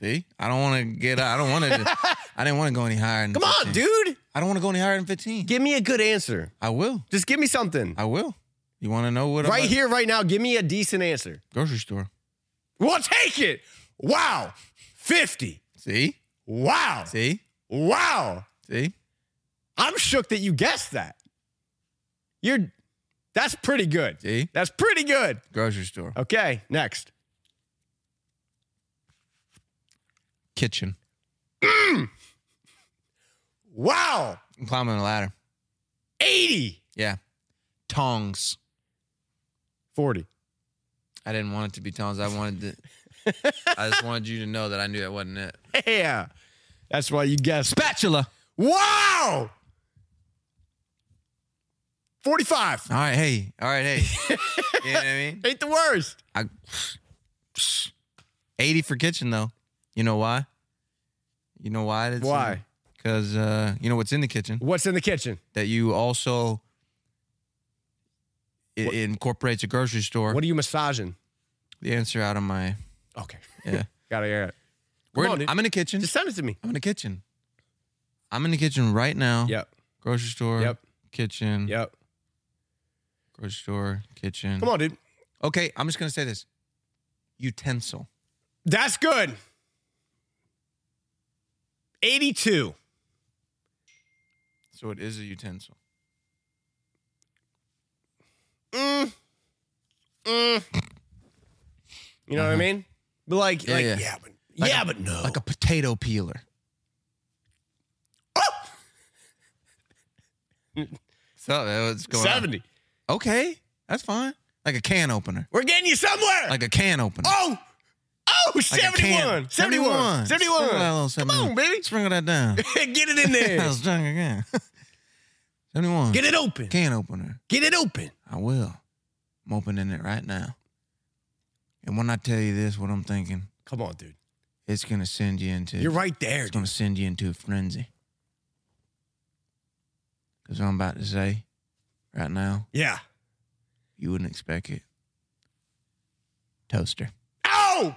[SPEAKER 3] See? I don't want to get. I don't want to. I didn't want to go any higher. Than
[SPEAKER 2] Come on,
[SPEAKER 3] 15.
[SPEAKER 2] dude.
[SPEAKER 3] I don't want to go any higher than 15.
[SPEAKER 2] Give me a good answer.
[SPEAKER 3] I will.
[SPEAKER 2] Just give me something.
[SPEAKER 3] I will. You want to know what? I'm
[SPEAKER 2] Right
[SPEAKER 3] at-
[SPEAKER 2] here, right now, give me a decent answer.
[SPEAKER 3] Grocery store.
[SPEAKER 2] We'll take it. Wow. 50.
[SPEAKER 3] See?
[SPEAKER 2] Wow.
[SPEAKER 3] See?
[SPEAKER 2] Wow.
[SPEAKER 3] See?
[SPEAKER 2] I'm shook that you guessed that. You're that's pretty good.
[SPEAKER 3] See?
[SPEAKER 2] That's pretty good.
[SPEAKER 3] Grocery store.
[SPEAKER 2] Okay, next.
[SPEAKER 3] Kitchen.
[SPEAKER 2] Wow.
[SPEAKER 3] I'm climbing the ladder.
[SPEAKER 2] 80.
[SPEAKER 3] Yeah. Tongs.
[SPEAKER 2] 40.
[SPEAKER 3] I didn't want it to be tongs. I wanted to. I just wanted you to know that I knew that wasn't it.
[SPEAKER 2] Yeah. That's why you guessed.
[SPEAKER 3] Spatula.
[SPEAKER 2] Wow. 45.
[SPEAKER 3] All right, hey. All right, hey. you know what I mean?
[SPEAKER 2] Ain't the worst.
[SPEAKER 3] I, 80 for kitchen, though. You know why? You know why? It's
[SPEAKER 2] Why?
[SPEAKER 3] Because uh, you know what's in the kitchen
[SPEAKER 2] What's in the kitchen?
[SPEAKER 3] that you also. It incorporates a grocery store.
[SPEAKER 2] What are you massaging?
[SPEAKER 3] the answer out of my
[SPEAKER 2] Okay.
[SPEAKER 3] yeah.
[SPEAKER 2] Gotta hear it.
[SPEAKER 3] We're
[SPEAKER 2] on,
[SPEAKER 3] in-
[SPEAKER 2] dude.
[SPEAKER 3] I'm in the kitchen.
[SPEAKER 2] Just send it to me.
[SPEAKER 3] I'm in the kitchen. I'm in the kitchen right now.
[SPEAKER 2] Yep.
[SPEAKER 3] Grocery store.
[SPEAKER 2] Yep.
[SPEAKER 3] Kitchen.
[SPEAKER 2] Yep.
[SPEAKER 3] Grocery store. Kitchen.
[SPEAKER 2] Come on, dude.
[SPEAKER 3] Okay, I'm just gonna say this. Utensil.
[SPEAKER 2] That's good. 82.
[SPEAKER 3] So it is a utensil.
[SPEAKER 2] You know what I mean? But like,
[SPEAKER 3] Uh-huh. Yeah,
[SPEAKER 2] like,
[SPEAKER 3] yeah.
[SPEAKER 2] yeah, but yeah, but no.
[SPEAKER 3] Like a potato peeler.
[SPEAKER 2] Oh,
[SPEAKER 3] so that was going on.
[SPEAKER 2] 70.
[SPEAKER 3] Okay, that's fine. Like a can opener.
[SPEAKER 2] We're getting you somewhere.
[SPEAKER 3] Like a can opener.
[SPEAKER 2] oh, oh,
[SPEAKER 3] Like a
[SPEAKER 2] 71.
[SPEAKER 3] can.
[SPEAKER 2] 71. 71.
[SPEAKER 3] Sprinkle that little
[SPEAKER 2] Come on,
[SPEAKER 3] 71.
[SPEAKER 2] baby.
[SPEAKER 3] Sprinkle that down.
[SPEAKER 2] Get it in
[SPEAKER 3] I
[SPEAKER 2] there.
[SPEAKER 3] was drunk again. 71.
[SPEAKER 2] Get it open.
[SPEAKER 3] Can opener.
[SPEAKER 2] Get it open.
[SPEAKER 3] I will. I'm opening it right now. And when I tell you this, what I'm thinking,
[SPEAKER 2] Come on, dude.
[SPEAKER 3] it's gonna send you into
[SPEAKER 2] You're right there.
[SPEAKER 3] It's gonna send you into a frenzy. Cause what I'm about to say right now,
[SPEAKER 2] Yeah.
[SPEAKER 3] you wouldn't expect it. Toaster.
[SPEAKER 2] Oh,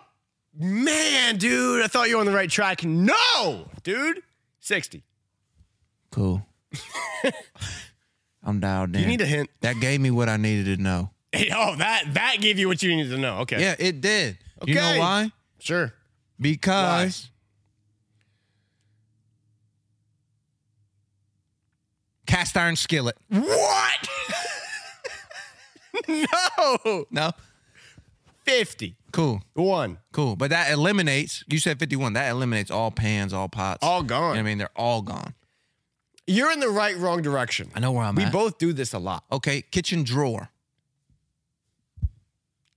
[SPEAKER 2] man, dude. I thought you were on the right track. No, dude. 60.
[SPEAKER 3] Cool. I'm dialed in.
[SPEAKER 2] You need a hint.
[SPEAKER 3] that gave me what I needed to know.
[SPEAKER 2] Oh, that that gave you what you needed to know. Okay.
[SPEAKER 3] Yeah, it did. You know
[SPEAKER 2] Okay.
[SPEAKER 3] why?
[SPEAKER 2] Sure.
[SPEAKER 3] Because cast iron skillet.
[SPEAKER 2] What? no.
[SPEAKER 3] No.
[SPEAKER 2] 50.
[SPEAKER 3] Cool.
[SPEAKER 2] One.
[SPEAKER 3] Cool. But that eliminates, you said 51, that eliminates all pans, all pots.
[SPEAKER 2] All
[SPEAKER 3] You know
[SPEAKER 2] gone.
[SPEAKER 3] what I mean, they're all gone.
[SPEAKER 2] You're in the right wrong direction.
[SPEAKER 3] I know where I'm
[SPEAKER 2] We
[SPEAKER 3] at.
[SPEAKER 2] both do this a lot.
[SPEAKER 3] okay, kitchen drawer.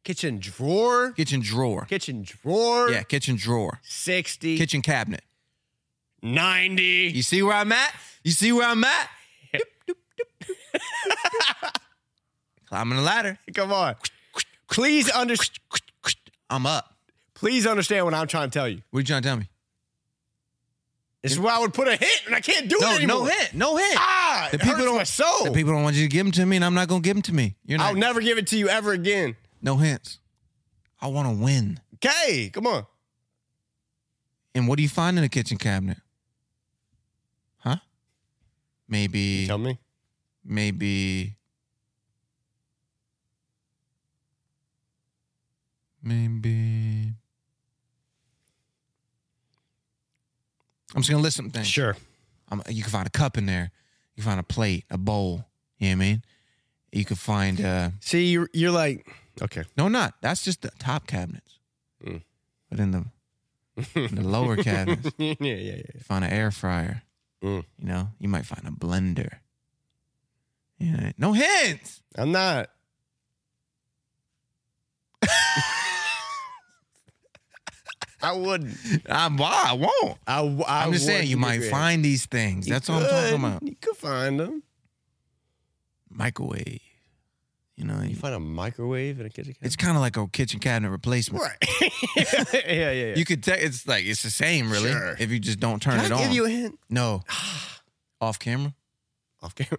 [SPEAKER 2] Kitchen drawer.
[SPEAKER 3] Kitchen drawer.
[SPEAKER 2] Kitchen drawer.
[SPEAKER 3] Yeah, kitchen drawer.
[SPEAKER 2] 60.
[SPEAKER 3] Kitchen cabinet.
[SPEAKER 2] 90.
[SPEAKER 3] You see where I'm at? You see where I'm at? Doop, doop, doop, doop, doop. Climbing the ladder.
[SPEAKER 2] Come on. Please under,
[SPEAKER 3] I'm up.
[SPEAKER 2] please understand what I'm trying to tell you.
[SPEAKER 3] What are you trying to tell me?
[SPEAKER 2] This is why I would put a hit and I can't do it
[SPEAKER 3] No,
[SPEAKER 2] anymore.
[SPEAKER 3] no hit. No hit.
[SPEAKER 2] Ah,
[SPEAKER 3] The
[SPEAKER 2] it
[SPEAKER 3] people
[SPEAKER 2] hurts
[SPEAKER 3] don't-
[SPEAKER 2] my soul.
[SPEAKER 3] The people don't want you to give them to me, and I'm not going to give them to me. You're
[SPEAKER 2] I'll
[SPEAKER 3] not.
[SPEAKER 2] never give it to you ever again.
[SPEAKER 3] no hints. I want to win.
[SPEAKER 2] Okay, come on.
[SPEAKER 3] And what do you find in a kitchen cabinet? Huh? Maybe
[SPEAKER 2] Tell me.
[SPEAKER 3] maybe maybe I'm just gonna list some things.
[SPEAKER 2] Sure.
[SPEAKER 3] Um, you can find a cup in there. You can find a plate, a bowl. You know what I mean? You can find. Uh,
[SPEAKER 2] See, you're, you're like, okay.
[SPEAKER 3] no, not that's just the top cabinets.
[SPEAKER 2] Mm.
[SPEAKER 3] But in the in the lower cabinets, you
[SPEAKER 2] yeah, yeah, yeah.
[SPEAKER 3] find an air fryer.
[SPEAKER 2] Mm.
[SPEAKER 3] You know, you might find a blender. Yeah, no hints.
[SPEAKER 2] I'm not. I wouldn't.
[SPEAKER 3] I'm, Ah, why I won't.
[SPEAKER 2] I, w- I
[SPEAKER 3] I'm just saying
[SPEAKER 2] wouldn't
[SPEAKER 3] you might
[SPEAKER 2] agree.
[SPEAKER 3] find these things.
[SPEAKER 2] You
[SPEAKER 3] That's all I'm talking
[SPEAKER 2] could.
[SPEAKER 3] about.
[SPEAKER 2] You could find them.
[SPEAKER 3] Microwave. You know, you-
[SPEAKER 2] You find a microwave in a kitchen
[SPEAKER 3] it's kind of like a kitchen cabinet replacement.
[SPEAKER 2] right. yeah, yeah, yeah.
[SPEAKER 3] You could tell it's like it's the same, really.
[SPEAKER 2] Sure.
[SPEAKER 3] If you just don't
[SPEAKER 2] Can
[SPEAKER 3] turn
[SPEAKER 2] I
[SPEAKER 3] it
[SPEAKER 2] give
[SPEAKER 3] on.
[SPEAKER 2] you a hint?
[SPEAKER 3] no. Off camera.
[SPEAKER 2] Off camera.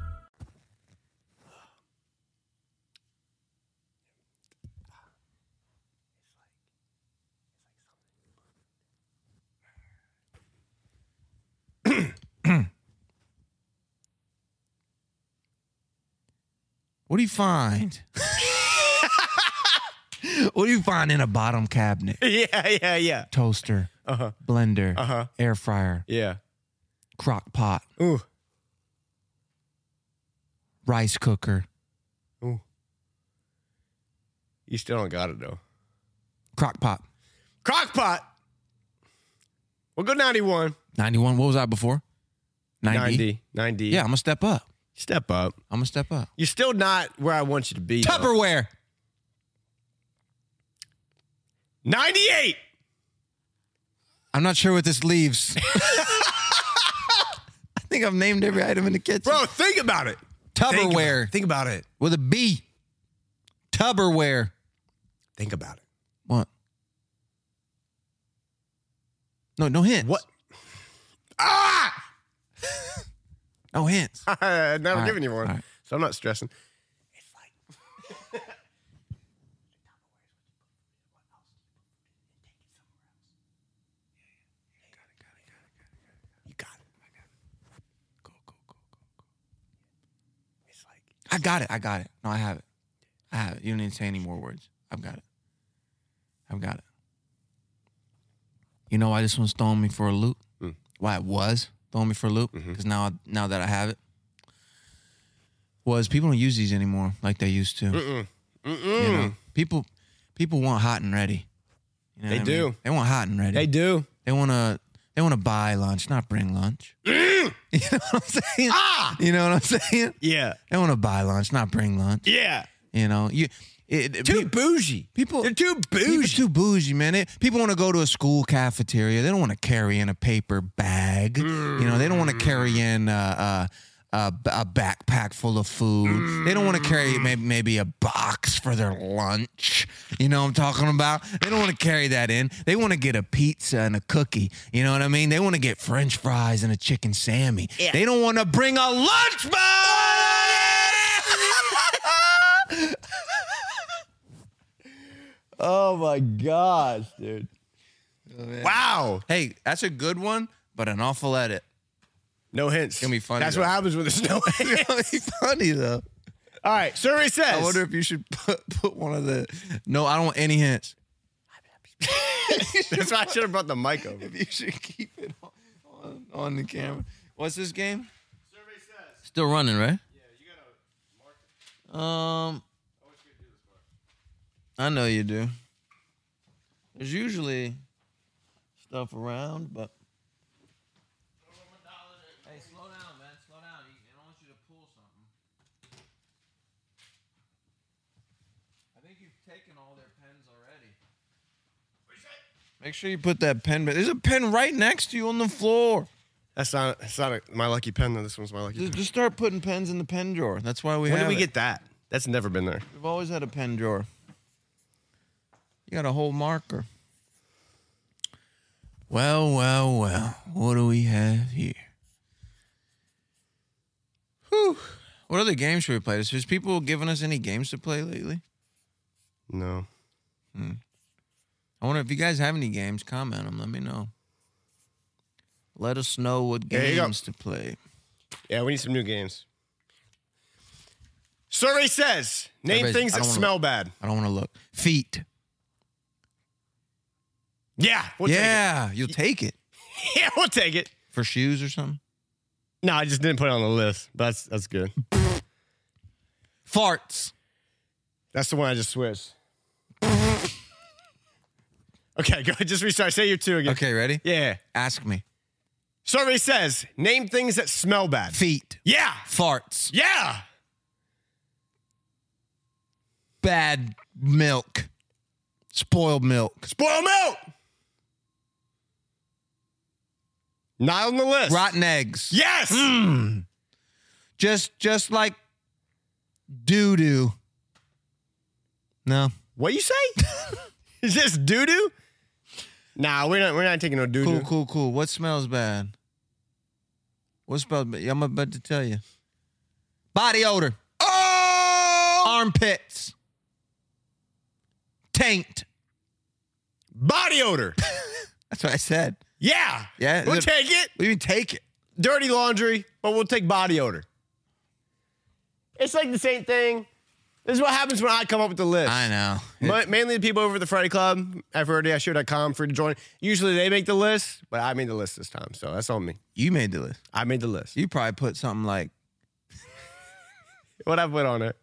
[SPEAKER 3] What do you find? what do you find in a bottom cabinet?
[SPEAKER 2] Yeah, yeah, yeah.
[SPEAKER 3] Toaster,
[SPEAKER 2] Uh-huh.
[SPEAKER 3] blender,
[SPEAKER 2] Uh-huh.
[SPEAKER 3] air fryer,
[SPEAKER 2] Yeah.
[SPEAKER 3] crock pot,
[SPEAKER 2] Ooh.
[SPEAKER 3] rice cooker,
[SPEAKER 2] Ooh. You still don't got it though.
[SPEAKER 3] crock pot.
[SPEAKER 2] Crockpot. Well, go 91.
[SPEAKER 3] 91. What was I before? 90.
[SPEAKER 2] 90. 90.
[SPEAKER 3] Yeah, I'm gonna step up.
[SPEAKER 2] Step up.
[SPEAKER 3] I'm gonna step up.
[SPEAKER 2] You're still not where I want you to be. though.
[SPEAKER 3] Tupperware.
[SPEAKER 2] 98.
[SPEAKER 3] I'm not sure what this leaves. I think I've named every item in the kitchen.
[SPEAKER 2] Bro, think about it. Think
[SPEAKER 3] Tupperware
[SPEAKER 2] about, think about it.
[SPEAKER 3] with a B. Tupperware.
[SPEAKER 2] Think about it.
[SPEAKER 3] What? No, no hint.
[SPEAKER 2] What? ah!
[SPEAKER 3] Oh, hints.
[SPEAKER 2] I've never
[SPEAKER 3] right,
[SPEAKER 2] given you one,
[SPEAKER 3] all right.
[SPEAKER 2] so I'm not stressing. It's like.
[SPEAKER 3] I got it. I got it. No, I have it. I have it. You don't need to say any more words. I've got it. I've got it. You know why this one's throwing me for a loop? Why it was throwing me for a loop? Because now, now that I have it, was people don't use these anymore like they used to. Mm-mm. Mm-mm. You know, people, people want hot and ready. You know
[SPEAKER 2] They
[SPEAKER 3] what I mean?
[SPEAKER 2] do.
[SPEAKER 3] They want hot and ready.
[SPEAKER 2] They do.
[SPEAKER 3] They want to. They want to buy lunch, not bring lunch. You know what I'm saying? Ah! You know what I'm saying?
[SPEAKER 2] Yeah.
[SPEAKER 3] They want to buy lunch, not bring lunch.
[SPEAKER 2] Yeah.
[SPEAKER 3] You know, you it, it-
[SPEAKER 2] Too
[SPEAKER 3] pe-
[SPEAKER 2] bougie.
[SPEAKER 3] people.
[SPEAKER 2] They're too
[SPEAKER 3] People
[SPEAKER 2] bougie.
[SPEAKER 3] too bougie, man. It, people want to go to a school cafeteria. They don't want to carry in a paper bag. You know, they don't want to carry
[SPEAKER 2] Mm.
[SPEAKER 3] in uh, uh, a, b- a backpack full of food. They don't want to carry
[SPEAKER 2] Mm.
[SPEAKER 3] maybe, maybe a box for their lunch. You know what I'm talking about? They don't want to carry that in. They want to get a pizza and a cookie. You know what I mean? They want to get French fries and a chicken Sammy. They don't want to bring a lunch box.
[SPEAKER 2] Oh my gosh, dude. wow.
[SPEAKER 3] Hey, that's a good one, but an awful edit.
[SPEAKER 2] No hints.
[SPEAKER 3] Gonna be funny,
[SPEAKER 2] That's
[SPEAKER 3] though.
[SPEAKER 2] what happens when there's no hints.
[SPEAKER 3] funny though.
[SPEAKER 2] All right. Survey says.
[SPEAKER 3] I wonder if you should put, put one of the. No, I don't want any hints.
[SPEAKER 2] That's why I should have brought the mic over.
[SPEAKER 3] You should keep it on, on, on the camera. What's this game? Still running, right? Um, I know you do. There's usually stuff around, but. Hey, slow down, man. Slow down. I don't want you to pull something. I think you've taken all their pens already. Make sure you put that pen. But there's a pen right next to you on the floor.
[SPEAKER 2] That's not. That's not a, my lucky pen. Though this one's my lucky.
[SPEAKER 3] Just,
[SPEAKER 2] Pen.
[SPEAKER 3] just start putting pens in the pen drawer. That's why we
[SPEAKER 2] When
[SPEAKER 3] have.
[SPEAKER 2] did we
[SPEAKER 3] it.
[SPEAKER 2] get that? That's never been there.
[SPEAKER 3] We've always had a pen drawer. You got a whole marker. Well, well, well. What do we have here? Whew. What other games should we play? Is people giving us any games to play lately?
[SPEAKER 2] No.
[SPEAKER 3] I wonder if you guys have any games. Comment them. Let me know. Let us know what
[SPEAKER 2] There you go.
[SPEAKER 3] games to play.
[SPEAKER 2] Yeah, we need some new games. Survey says name
[SPEAKER 3] Survey-
[SPEAKER 2] things
[SPEAKER 3] I
[SPEAKER 2] that
[SPEAKER 3] don't wanna-
[SPEAKER 2] smell bad.
[SPEAKER 3] I don't want to look. Feet.
[SPEAKER 2] Yeah. We'll
[SPEAKER 3] yeah, you'll take it
[SPEAKER 2] Take it. Yeah, we'll take it.
[SPEAKER 3] for shoes or something.
[SPEAKER 2] No, I just didn't put it on the list. But that's that's good.
[SPEAKER 3] Farts.
[SPEAKER 2] That's the one I just switched. okay, go ahead. Just restart. Say your two again.
[SPEAKER 3] Okay, ready?
[SPEAKER 2] Yeah.
[SPEAKER 3] Ask me.
[SPEAKER 2] Survey says name things that smell bad.
[SPEAKER 3] Feet.
[SPEAKER 2] Yeah.
[SPEAKER 3] Farts.
[SPEAKER 2] Yeah.
[SPEAKER 3] Bad milk. Spoiled milk.
[SPEAKER 2] Spoil milk. Not on the list.
[SPEAKER 3] Rotten Hmm. eggs.
[SPEAKER 2] Yes.
[SPEAKER 3] Just just like doo doo. No.
[SPEAKER 2] What you say? Is this doo doo? Nah, we're not. We're not taking no doo doo.
[SPEAKER 3] Cool, cool, cool. What smells bad? What smells bad? I'm about to tell you. Body odor. Oh! Armpits. Taint.
[SPEAKER 2] Body odor.
[SPEAKER 3] That's what I said.
[SPEAKER 2] Yeah.
[SPEAKER 3] Yeah,
[SPEAKER 2] We'll
[SPEAKER 3] the-
[SPEAKER 2] take it.
[SPEAKER 3] We even take it.
[SPEAKER 2] Dirty laundry, but we'll take body odor. It's like the same thing. This is what happens when I come up with the list.
[SPEAKER 3] I know.
[SPEAKER 2] Ma- mainly the people over at the Friday Club, FRDIShow.com, free to join. Usually they make the list, but I made the list this time, so that's on me.
[SPEAKER 3] you made the list.
[SPEAKER 2] I made the list.
[SPEAKER 3] You probably put something like
[SPEAKER 2] What I put on it?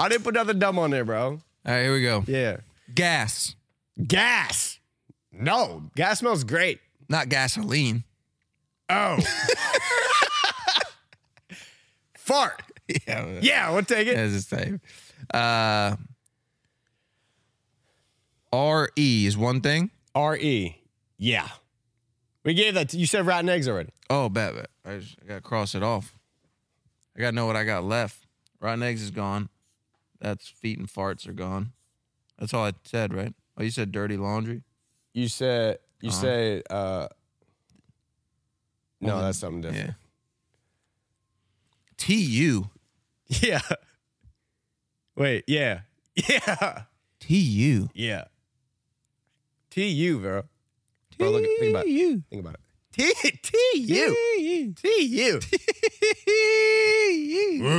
[SPEAKER 2] I didn't put nothing dumb on there, bro.
[SPEAKER 3] All right, here we go.
[SPEAKER 2] Yeah.
[SPEAKER 3] Gas,
[SPEAKER 2] Gas. No, gas smells great.
[SPEAKER 3] not gasoline.
[SPEAKER 2] Oh. Fart.
[SPEAKER 3] Yeah,
[SPEAKER 2] Yeah, we'll take it.
[SPEAKER 3] that's the same. Uh, R E is one thing.
[SPEAKER 2] R E. Yeah. We gave that. To, you said rotten eggs already.
[SPEAKER 3] Oh, bet, bet. I, just, I gotta cross it off. I gotta know what I got left. Rotten eggs is gone. That's feet and farts are gone. That's all I said, right? Oh, you said dirty laundry.
[SPEAKER 2] You said you said uh No, that's something
[SPEAKER 3] Yeah.
[SPEAKER 2] different.
[SPEAKER 3] Tu.
[SPEAKER 2] Yeah. Wait, yeah. Yeah.
[SPEAKER 3] Tu.
[SPEAKER 2] Yeah. T U, bro. Bro, look, think about it.
[SPEAKER 3] Tu.
[SPEAKER 2] Think about it. T T U. T U.
[SPEAKER 3] Tu.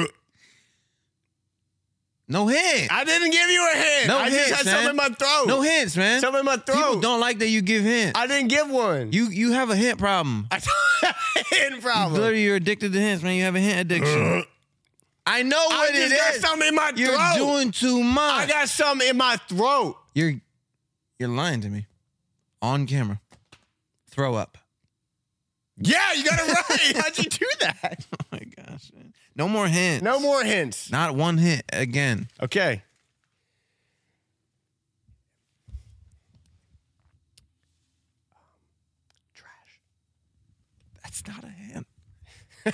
[SPEAKER 3] No hint.
[SPEAKER 2] I didn't give you a hint.
[SPEAKER 3] No
[SPEAKER 2] I
[SPEAKER 3] hints,
[SPEAKER 2] just had
[SPEAKER 3] man.
[SPEAKER 2] something in my throat.
[SPEAKER 3] No hints, man.
[SPEAKER 2] Something in my
[SPEAKER 3] People
[SPEAKER 2] throat.
[SPEAKER 3] don't like that you give hints.
[SPEAKER 2] I didn't give one.
[SPEAKER 3] you you have a hint problem.
[SPEAKER 2] I hint problem.
[SPEAKER 3] Literally, you're addicted to hints, man. You have a hint addiction. I know
[SPEAKER 2] I
[SPEAKER 3] what it
[SPEAKER 2] just got
[SPEAKER 3] is.
[SPEAKER 2] something in my
[SPEAKER 3] You're
[SPEAKER 2] throat.
[SPEAKER 3] doing too much.
[SPEAKER 2] I got something in my throat.
[SPEAKER 3] You're you're lying to me. On camera. Throw up.
[SPEAKER 2] Yeah, you got it right. How'd you do that?
[SPEAKER 3] Oh my gosh. man. No more hints.
[SPEAKER 2] No more hints.
[SPEAKER 3] Not one hint again.
[SPEAKER 2] Okay.
[SPEAKER 3] That's not a hint.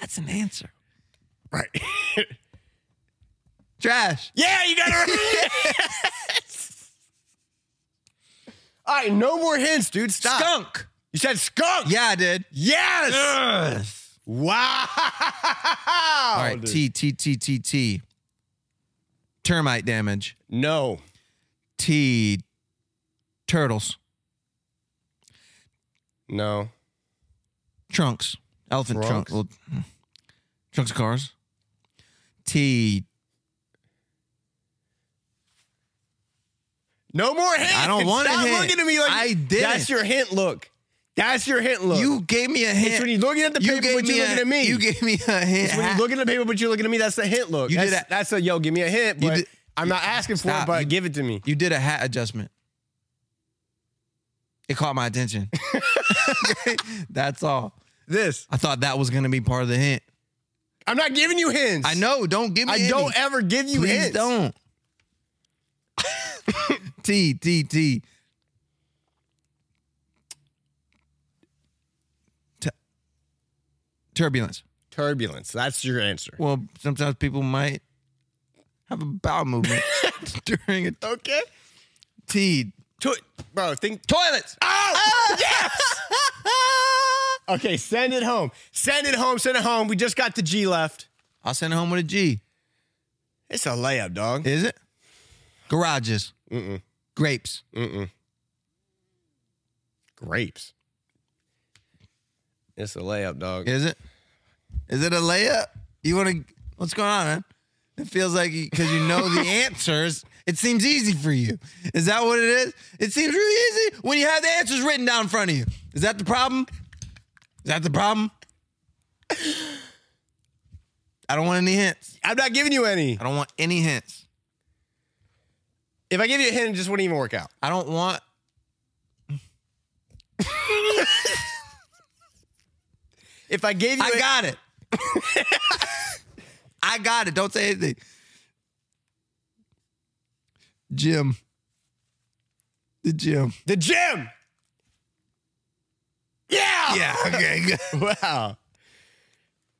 [SPEAKER 3] That's an answer.
[SPEAKER 2] Right.
[SPEAKER 3] Trash.
[SPEAKER 2] yeah, you got it right. All right, no more hints, dude. Stop.
[SPEAKER 3] Skunk.
[SPEAKER 2] You said skunk.
[SPEAKER 3] Yeah, I did.
[SPEAKER 2] Yes. Wow.
[SPEAKER 3] All right. T T T T T. Termite damage.
[SPEAKER 2] No.
[SPEAKER 3] T. Turtles.
[SPEAKER 2] No.
[SPEAKER 3] Trunks. Elephant trunks.
[SPEAKER 2] Trunks?
[SPEAKER 3] Trunks, trunks of cars. T.
[SPEAKER 2] No more hints.
[SPEAKER 3] I don't want a
[SPEAKER 2] Stop
[SPEAKER 3] hint.
[SPEAKER 2] looking at me like
[SPEAKER 3] I didn't.
[SPEAKER 2] That's your hint look. That's your hint look.
[SPEAKER 3] You gave me a
[SPEAKER 2] It's when
[SPEAKER 3] hint.
[SPEAKER 2] you're looking at the paper, but you're
[SPEAKER 3] a-
[SPEAKER 2] looking at me.
[SPEAKER 3] You gave me a hint.
[SPEAKER 2] It's when you're looking at the paper, but you're looking at me. That's the hint look.
[SPEAKER 3] You did
[SPEAKER 2] that's,
[SPEAKER 3] a-
[SPEAKER 2] that's a yo, give me a hint,
[SPEAKER 3] You
[SPEAKER 2] but
[SPEAKER 3] did-
[SPEAKER 2] I'm not asking for
[SPEAKER 3] Stop.
[SPEAKER 2] it, but
[SPEAKER 3] You-
[SPEAKER 2] give it to me.
[SPEAKER 3] You did a hat adjustment. It caught my attention. That's all.
[SPEAKER 2] This.
[SPEAKER 3] I thought that was going to be part of the hint.
[SPEAKER 2] I'm not giving you hints.
[SPEAKER 3] I know. Don't give me.
[SPEAKER 2] I
[SPEAKER 3] any.
[SPEAKER 2] don't ever give you
[SPEAKER 3] Please
[SPEAKER 2] hints.
[SPEAKER 3] don't. T T T. Tu- Turbulence.
[SPEAKER 2] Turbulence. That's your answer.
[SPEAKER 3] Well, sometimes people might have a bowel movement during a
[SPEAKER 2] Okay.
[SPEAKER 3] T.
[SPEAKER 2] To- bro, think.
[SPEAKER 3] Toilets. Ah!
[SPEAKER 2] Oh, yes. okay, send it home. Send it home. Send it home. We just got the G left.
[SPEAKER 3] I'll send it home with a G.
[SPEAKER 2] It's a layup, dog.
[SPEAKER 3] Is it? Garages.
[SPEAKER 2] Mm-mm.
[SPEAKER 3] Grapes.
[SPEAKER 2] Mm-mm. Grapes. It's a layup, dog.
[SPEAKER 3] Is it? Is it a layup? You want to? What's going on, man? It feels like because you know the answers, it seems easy for you. Is that what it is? It seems really easy when you have the answers written down in front of you. Is that the problem? Is that the problem? I don't want any hints.
[SPEAKER 2] I'm not giving you any.
[SPEAKER 3] I don't want any hints.
[SPEAKER 2] If I give you a hint, it just wouldn't even work out.
[SPEAKER 3] I don't want.
[SPEAKER 2] If I gave you,
[SPEAKER 3] I
[SPEAKER 2] a-
[SPEAKER 3] got it. I got it. Don't say anything. Jim. The gym.
[SPEAKER 2] the gym. Yeah.
[SPEAKER 3] Yeah. Okay. Good.
[SPEAKER 2] Wow.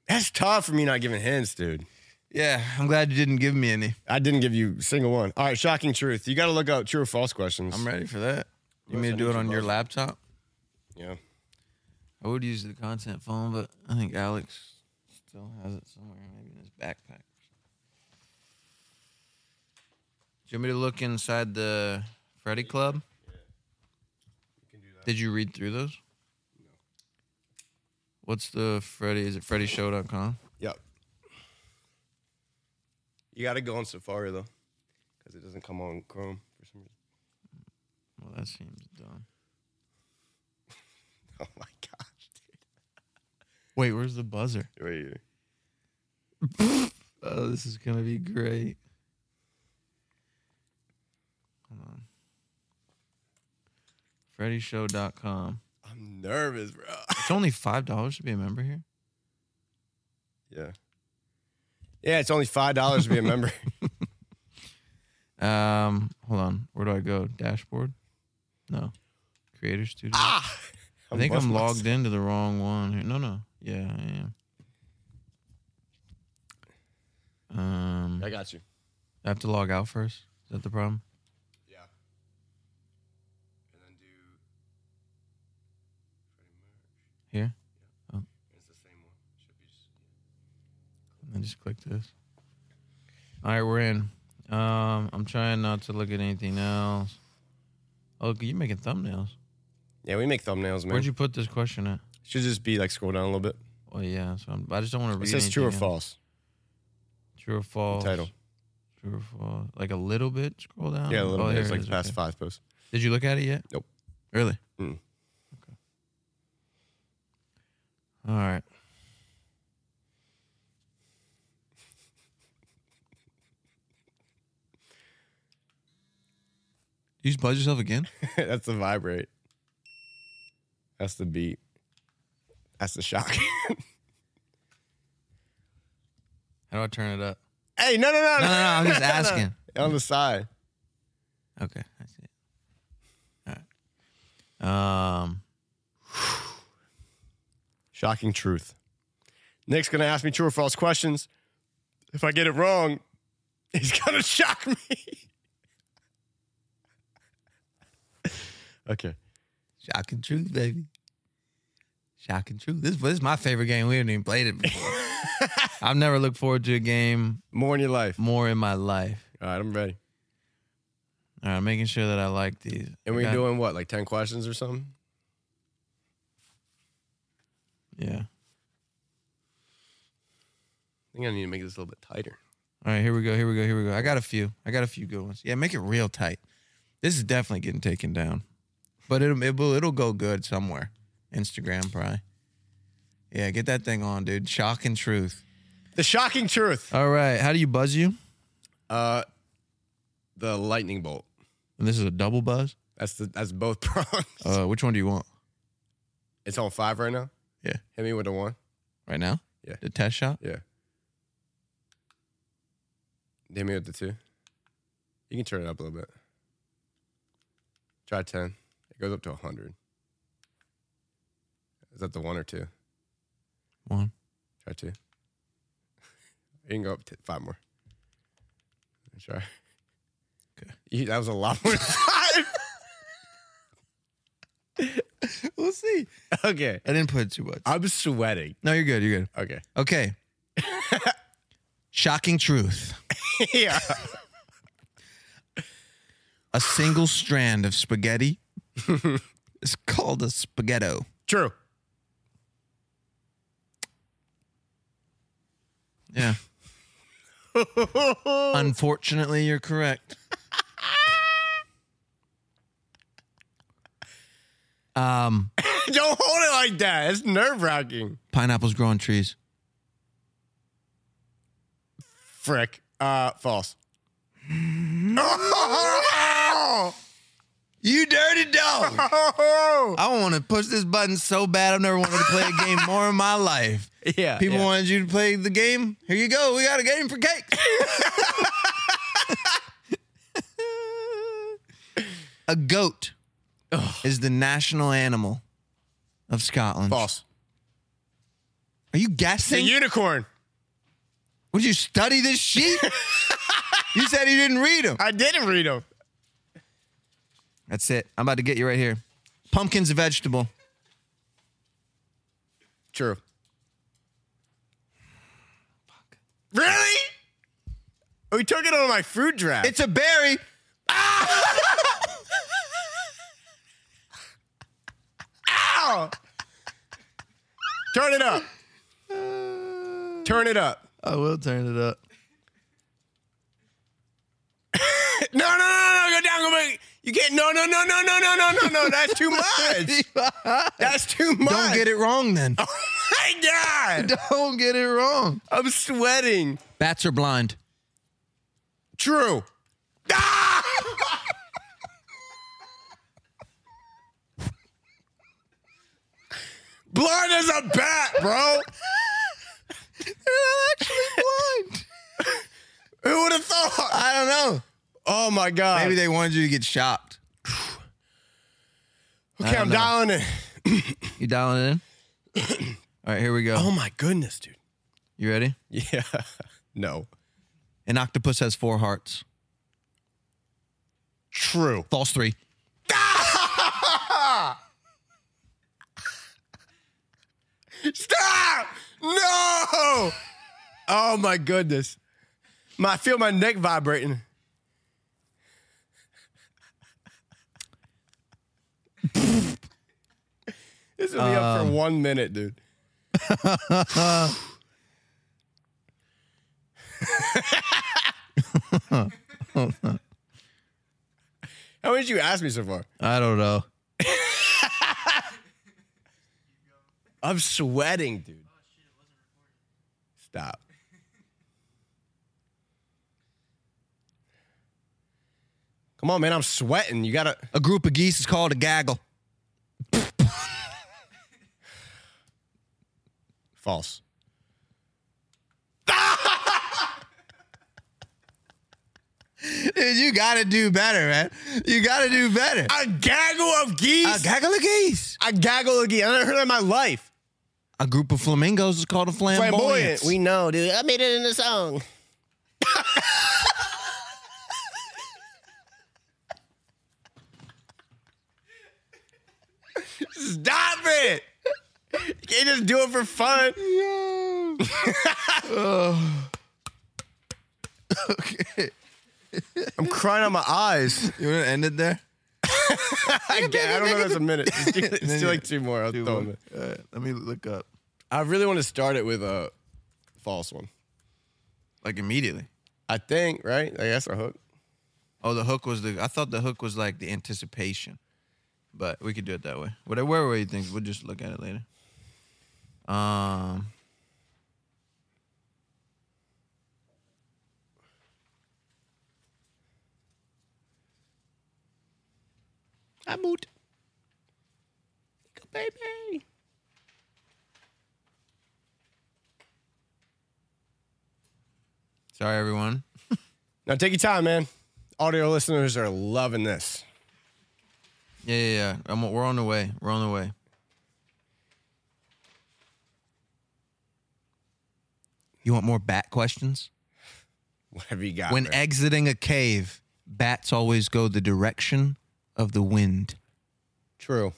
[SPEAKER 2] That's tough for me not giving hints, dude.
[SPEAKER 3] Yeah. I'm glad you didn't give me any.
[SPEAKER 2] I didn't give you a single one. All right, shocking truth. You got to look up true or false questions.
[SPEAKER 3] I'm ready for that. You mean to do it on your laptop?
[SPEAKER 2] Yeah.
[SPEAKER 3] I would use the content phone, but I think Alex still has it somewhere, maybe in his backpack. Do you want me to look inside the Freddy Club? Did you read through those? What's the Freddy? Is it FreddyShow.com?
[SPEAKER 2] Yep. You got to go on Safari though, because it doesn't come on Chrome for some reason.
[SPEAKER 3] Well, that seems dumb.
[SPEAKER 2] Oh my gosh,
[SPEAKER 3] Wait, where's the buzzer?
[SPEAKER 2] dude. Wait here.
[SPEAKER 3] Oh, this is gonna be great. Hold on. FreddyShow.com.
[SPEAKER 2] I'm nervous, bro.
[SPEAKER 3] It's only five dollars to be a member here.
[SPEAKER 2] yeah. Yeah, it's only five dollars to be a member.
[SPEAKER 3] Um, hold on. Where do I go? Dashboard? No. Creator Studio.
[SPEAKER 2] ah,
[SPEAKER 3] I think I'm logged into the wrong one here. No, no. Yeah, I am. Um,
[SPEAKER 2] I got you.
[SPEAKER 3] I have to log out first. Is that the problem?
[SPEAKER 2] Yeah.
[SPEAKER 3] Here? Oh. It's the same one. Should be just, I just click this. All right, we're in. Um, I'm trying not to look at anything else. Oh, look, you're making thumbnails.
[SPEAKER 2] Yeah, we make thumbnails, man.
[SPEAKER 3] Where'd you put this question at?
[SPEAKER 2] Should just be like scroll down a little bit.
[SPEAKER 3] Oh, yeah. So I'm, I just don't want to
[SPEAKER 2] It
[SPEAKER 3] read
[SPEAKER 2] says true or
[SPEAKER 3] anything else.
[SPEAKER 2] false.
[SPEAKER 3] True or false.
[SPEAKER 2] Title.
[SPEAKER 3] True or false. Like a little bit. Scroll down.
[SPEAKER 2] Yeah, a little
[SPEAKER 3] Oh,
[SPEAKER 2] bit.
[SPEAKER 3] here
[SPEAKER 2] It's
[SPEAKER 3] it
[SPEAKER 2] like
[SPEAKER 3] is,
[SPEAKER 2] past
[SPEAKER 3] okay.
[SPEAKER 2] five posts.
[SPEAKER 3] Did you look at it yet?
[SPEAKER 2] Nope.
[SPEAKER 3] Really?
[SPEAKER 2] Mm.
[SPEAKER 3] Okay. All right. You just buzz yourself again?
[SPEAKER 2] That's the vibrate. That's the beat. That's the shock.
[SPEAKER 3] How do I turn it up?
[SPEAKER 2] hey, no, no, no,
[SPEAKER 3] No, no, no. I'm just asking.
[SPEAKER 2] On the side.
[SPEAKER 3] Okay, I see it. All right. Um,
[SPEAKER 2] Shocking truth. Nick's gonna ask me true or false questions. If I get it wrong, he's gonna shock me. okay.
[SPEAKER 3] shocking truth, baby. Shocking truth. This, this is my favorite game. We haven't even played it before. I've never looked forward to a game
[SPEAKER 2] More in your life.
[SPEAKER 3] more in my life.
[SPEAKER 2] All right, I'm ready.
[SPEAKER 3] All right, making sure that I like these.
[SPEAKER 2] And we're
[SPEAKER 3] Okay.
[SPEAKER 2] doing what, like 10 questions or something?
[SPEAKER 3] Yeah.
[SPEAKER 2] I think I need to make this a little bit tighter.
[SPEAKER 3] All right, here we go. Here we go. Here we go. I got a few. I got a few good ones. Yeah, make it real tight. This is definitely getting taken down, but it'll it will, it'll go good somewhere. Instagram probably. Yeah, get that thing on, dude. Shock and truth.
[SPEAKER 2] The shocking truth.
[SPEAKER 3] All right, how do you buzz you?
[SPEAKER 2] Uh the lightning bolt.
[SPEAKER 3] And this is a double buzz.
[SPEAKER 2] That's the that's both prongs.
[SPEAKER 3] Uh, which one do you want?
[SPEAKER 2] it's on five right now.
[SPEAKER 3] Yeah.
[SPEAKER 2] Hit me with the one.
[SPEAKER 3] Right now?
[SPEAKER 2] Yeah.
[SPEAKER 3] The test shot.
[SPEAKER 2] Yeah. Hit me with the two. You can turn it up a little bit. Try 10. It goes up to 100. Is that the one or two?
[SPEAKER 3] One.
[SPEAKER 2] Try two. You can go up to five more. Try.
[SPEAKER 3] Okay.
[SPEAKER 2] You, that was a lot more than five.
[SPEAKER 3] We'll see.
[SPEAKER 2] okay.
[SPEAKER 3] I didn't put too much.
[SPEAKER 2] I'm sweating.
[SPEAKER 3] No, you're good. You're good.
[SPEAKER 2] Okay.
[SPEAKER 3] Okay. Shocking truth.
[SPEAKER 2] yeah.
[SPEAKER 3] A single strand of spaghetti is called a spaghetto.
[SPEAKER 2] True.
[SPEAKER 3] Yeah. Unfortunately, you're correct. um,
[SPEAKER 2] Don't hold it like that. It's nerve wracking.
[SPEAKER 3] pineapples grow on trees.
[SPEAKER 2] Frick. Uh, false. oh,
[SPEAKER 3] You dirty dog. I want to push this button so bad. I've never wanted to play a game more in my life.
[SPEAKER 2] Yeah,
[SPEAKER 3] People
[SPEAKER 2] yeah.
[SPEAKER 3] wanted you to play the game. Here you go. We got a game for cakes. a goat is the national animal of Scotland.
[SPEAKER 2] false.
[SPEAKER 3] Are you
[SPEAKER 2] The
[SPEAKER 3] guessing?
[SPEAKER 2] unicorn.
[SPEAKER 3] Would you study this sheet? you said you didn't read them.
[SPEAKER 2] I didn't read them.
[SPEAKER 3] That's it. I'm about to get you right here. Pumpkin's a vegetable.
[SPEAKER 2] True. Really? We took it on my fruit draft.
[SPEAKER 3] It's a berry.
[SPEAKER 2] Ow! Turn it up.
[SPEAKER 3] Uh,
[SPEAKER 2] Turn it up.
[SPEAKER 3] I will turn it up.
[SPEAKER 2] No, no, no, no, no, go down, go back. You can't. No, no, no, no, no, no, no, no, no. That's too much. That's too much. Oh
[SPEAKER 3] Don't get it wrong then.
[SPEAKER 2] My God,
[SPEAKER 3] Don't get it wrong.
[SPEAKER 2] I'm sweating.
[SPEAKER 3] Bats are blind.
[SPEAKER 2] True. Ah! Blind as a bat, bro.
[SPEAKER 3] blind.
[SPEAKER 2] Who would have thought?
[SPEAKER 3] I don't know.
[SPEAKER 2] Oh my God.
[SPEAKER 3] Maybe they wanted you to get shocked.
[SPEAKER 2] okay, I'm
[SPEAKER 3] know.
[SPEAKER 2] dialing in.
[SPEAKER 3] You dialing in? All right, here we go.
[SPEAKER 2] Oh my goodness, dude.
[SPEAKER 3] You ready?
[SPEAKER 2] Yeah. No.
[SPEAKER 3] An octopus has four hearts.
[SPEAKER 2] True.
[SPEAKER 3] False three.
[SPEAKER 2] Stop! No! Oh my goodness. My, I feel my neck vibrating. this will be up for one minute, dude. How many did you ask me so far?
[SPEAKER 3] I don't know.
[SPEAKER 2] I'm sweating, dude. Stop. Come on, man. I'm sweating. You gotta.
[SPEAKER 3] A group of geese is called a gaggle.
[SPEAKER 2] False.
[SPEAKER 3] Dude, you gotta do better, man. You gotta do better.
[SPEAKER 2] A gaggle of geese.
[SPEAKER 3] A gaggle of geese.
[SPEAKER 2] A gaggle of geese. I never heard that in my life.
[SPEAKER 3] A group of flamingos is called a flamboyant.
[SPEAKER 2] Flamboyant. We know, dude. I made it in a song. Stop it! You can't just do it for fun.
[SPEAKER 3] okay.
[SPEAKER 2] I'm crying on my eyes.
[SPEAKER 3] You wanna end it there?
[SPEAKER 2] I, can't- I don't know if that's a minute. Let's do, let's do like two more. I'll throw 'em in.
[SPEAKER 3] Alright, let me look up.
[SPEAKER 2] I really want to start it with a false one.
[SPEAKER 3] Like immediately.
[SPEAKER 2] I think, right? Like that's a hook.
[SPEAKER 3] Oh, the hook was the. I thought the hook was like the anticipation, but we could do it that way. Whatever, wherever you think, we'll just look at it later. Um.
[SPEAKER 2] I boot. Baby.
[SPEAKER 3] Sorry, everyone.
[SPEAKER 2] Now take your time, man. Audio listeners are loving this.
[SPEAKER 3] Yeah, yeah, yeah. I'm, we're on the way. We're on the way. You want more bat questions?
[SPEAKER 2] Whatever you got.
[SPEAKER 3] when
[SPEAKER 2] man.
[SPEAKER 3] exiting a cave, bats always go the direction of the wind.
[SPEAKER 2] True.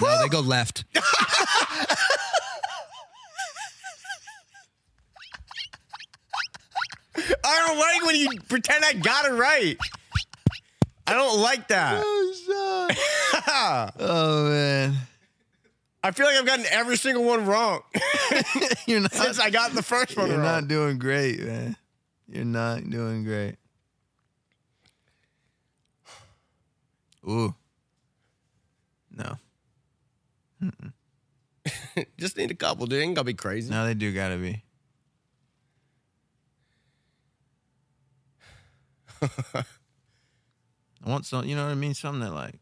[SPEAKER 3] No, they go left.
[SPEAKER 2] I don't like when you pretend I got it right. I don't like that.
[SPEAKER 3] Oh man,
[SPEAKER 2] I feel like I've gotten every single one wrong
[SPEAKER 3] you're not.
[SPEAKER 2] since I got the first one
[SPEAKER 3] You're
[SPEAKER 2] wrong.
[SPEAKER 3] not doing great, man. You're not doing great. Ooh. No.
[SPEAKER 2] Just need a couple, dude. Ain't gonna be crazy.
[SPEAKER 3] No, they do gotta be. I want some, you know what I mean? Something that, like,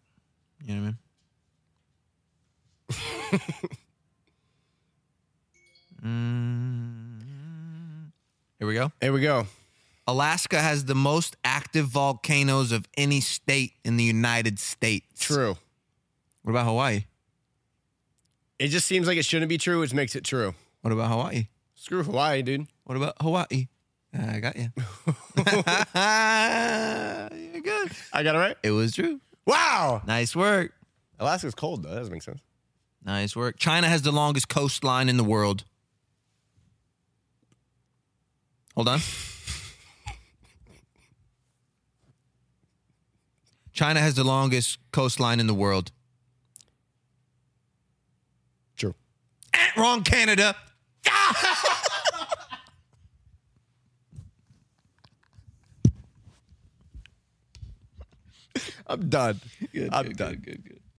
[SPEAKER 3] you know what I mean? Mm. Here we go.
[SPEAKER 2] Here we go.
[SPEAKER 3] Alaska has the most active volcanoes of any state in the United States.
[SPEAKER 2] True.
[SPEAKER 3] What about Hawaii?
[SPEAKER 2] It just seems like it shouldn't be true, which makes it true.
[SPEAKER 3] What about Hawaii?
[SPEAKER 2] Screw Hawaii, dude.
[SPEAKER 3] What about Hawaii? I got you. You're good.
[SPEAKER 2] I got it right.
[SPEAKER 3] It was true.
[SPEAKER 2] Wow.
[SPEAKER 3] Nice work.
[SPEAKER 2] Alaska's cold though. That doesn't make sense.
[SPEAKER 3] Nice work. China has the longest coastline in the world. Hold on. China has the longest coastline in the world.
[SPEAKER 2] True.
[SPEAKER 3] Eh, Wrong, Canada.
[SPEAKER 2] I'm done. I'm done.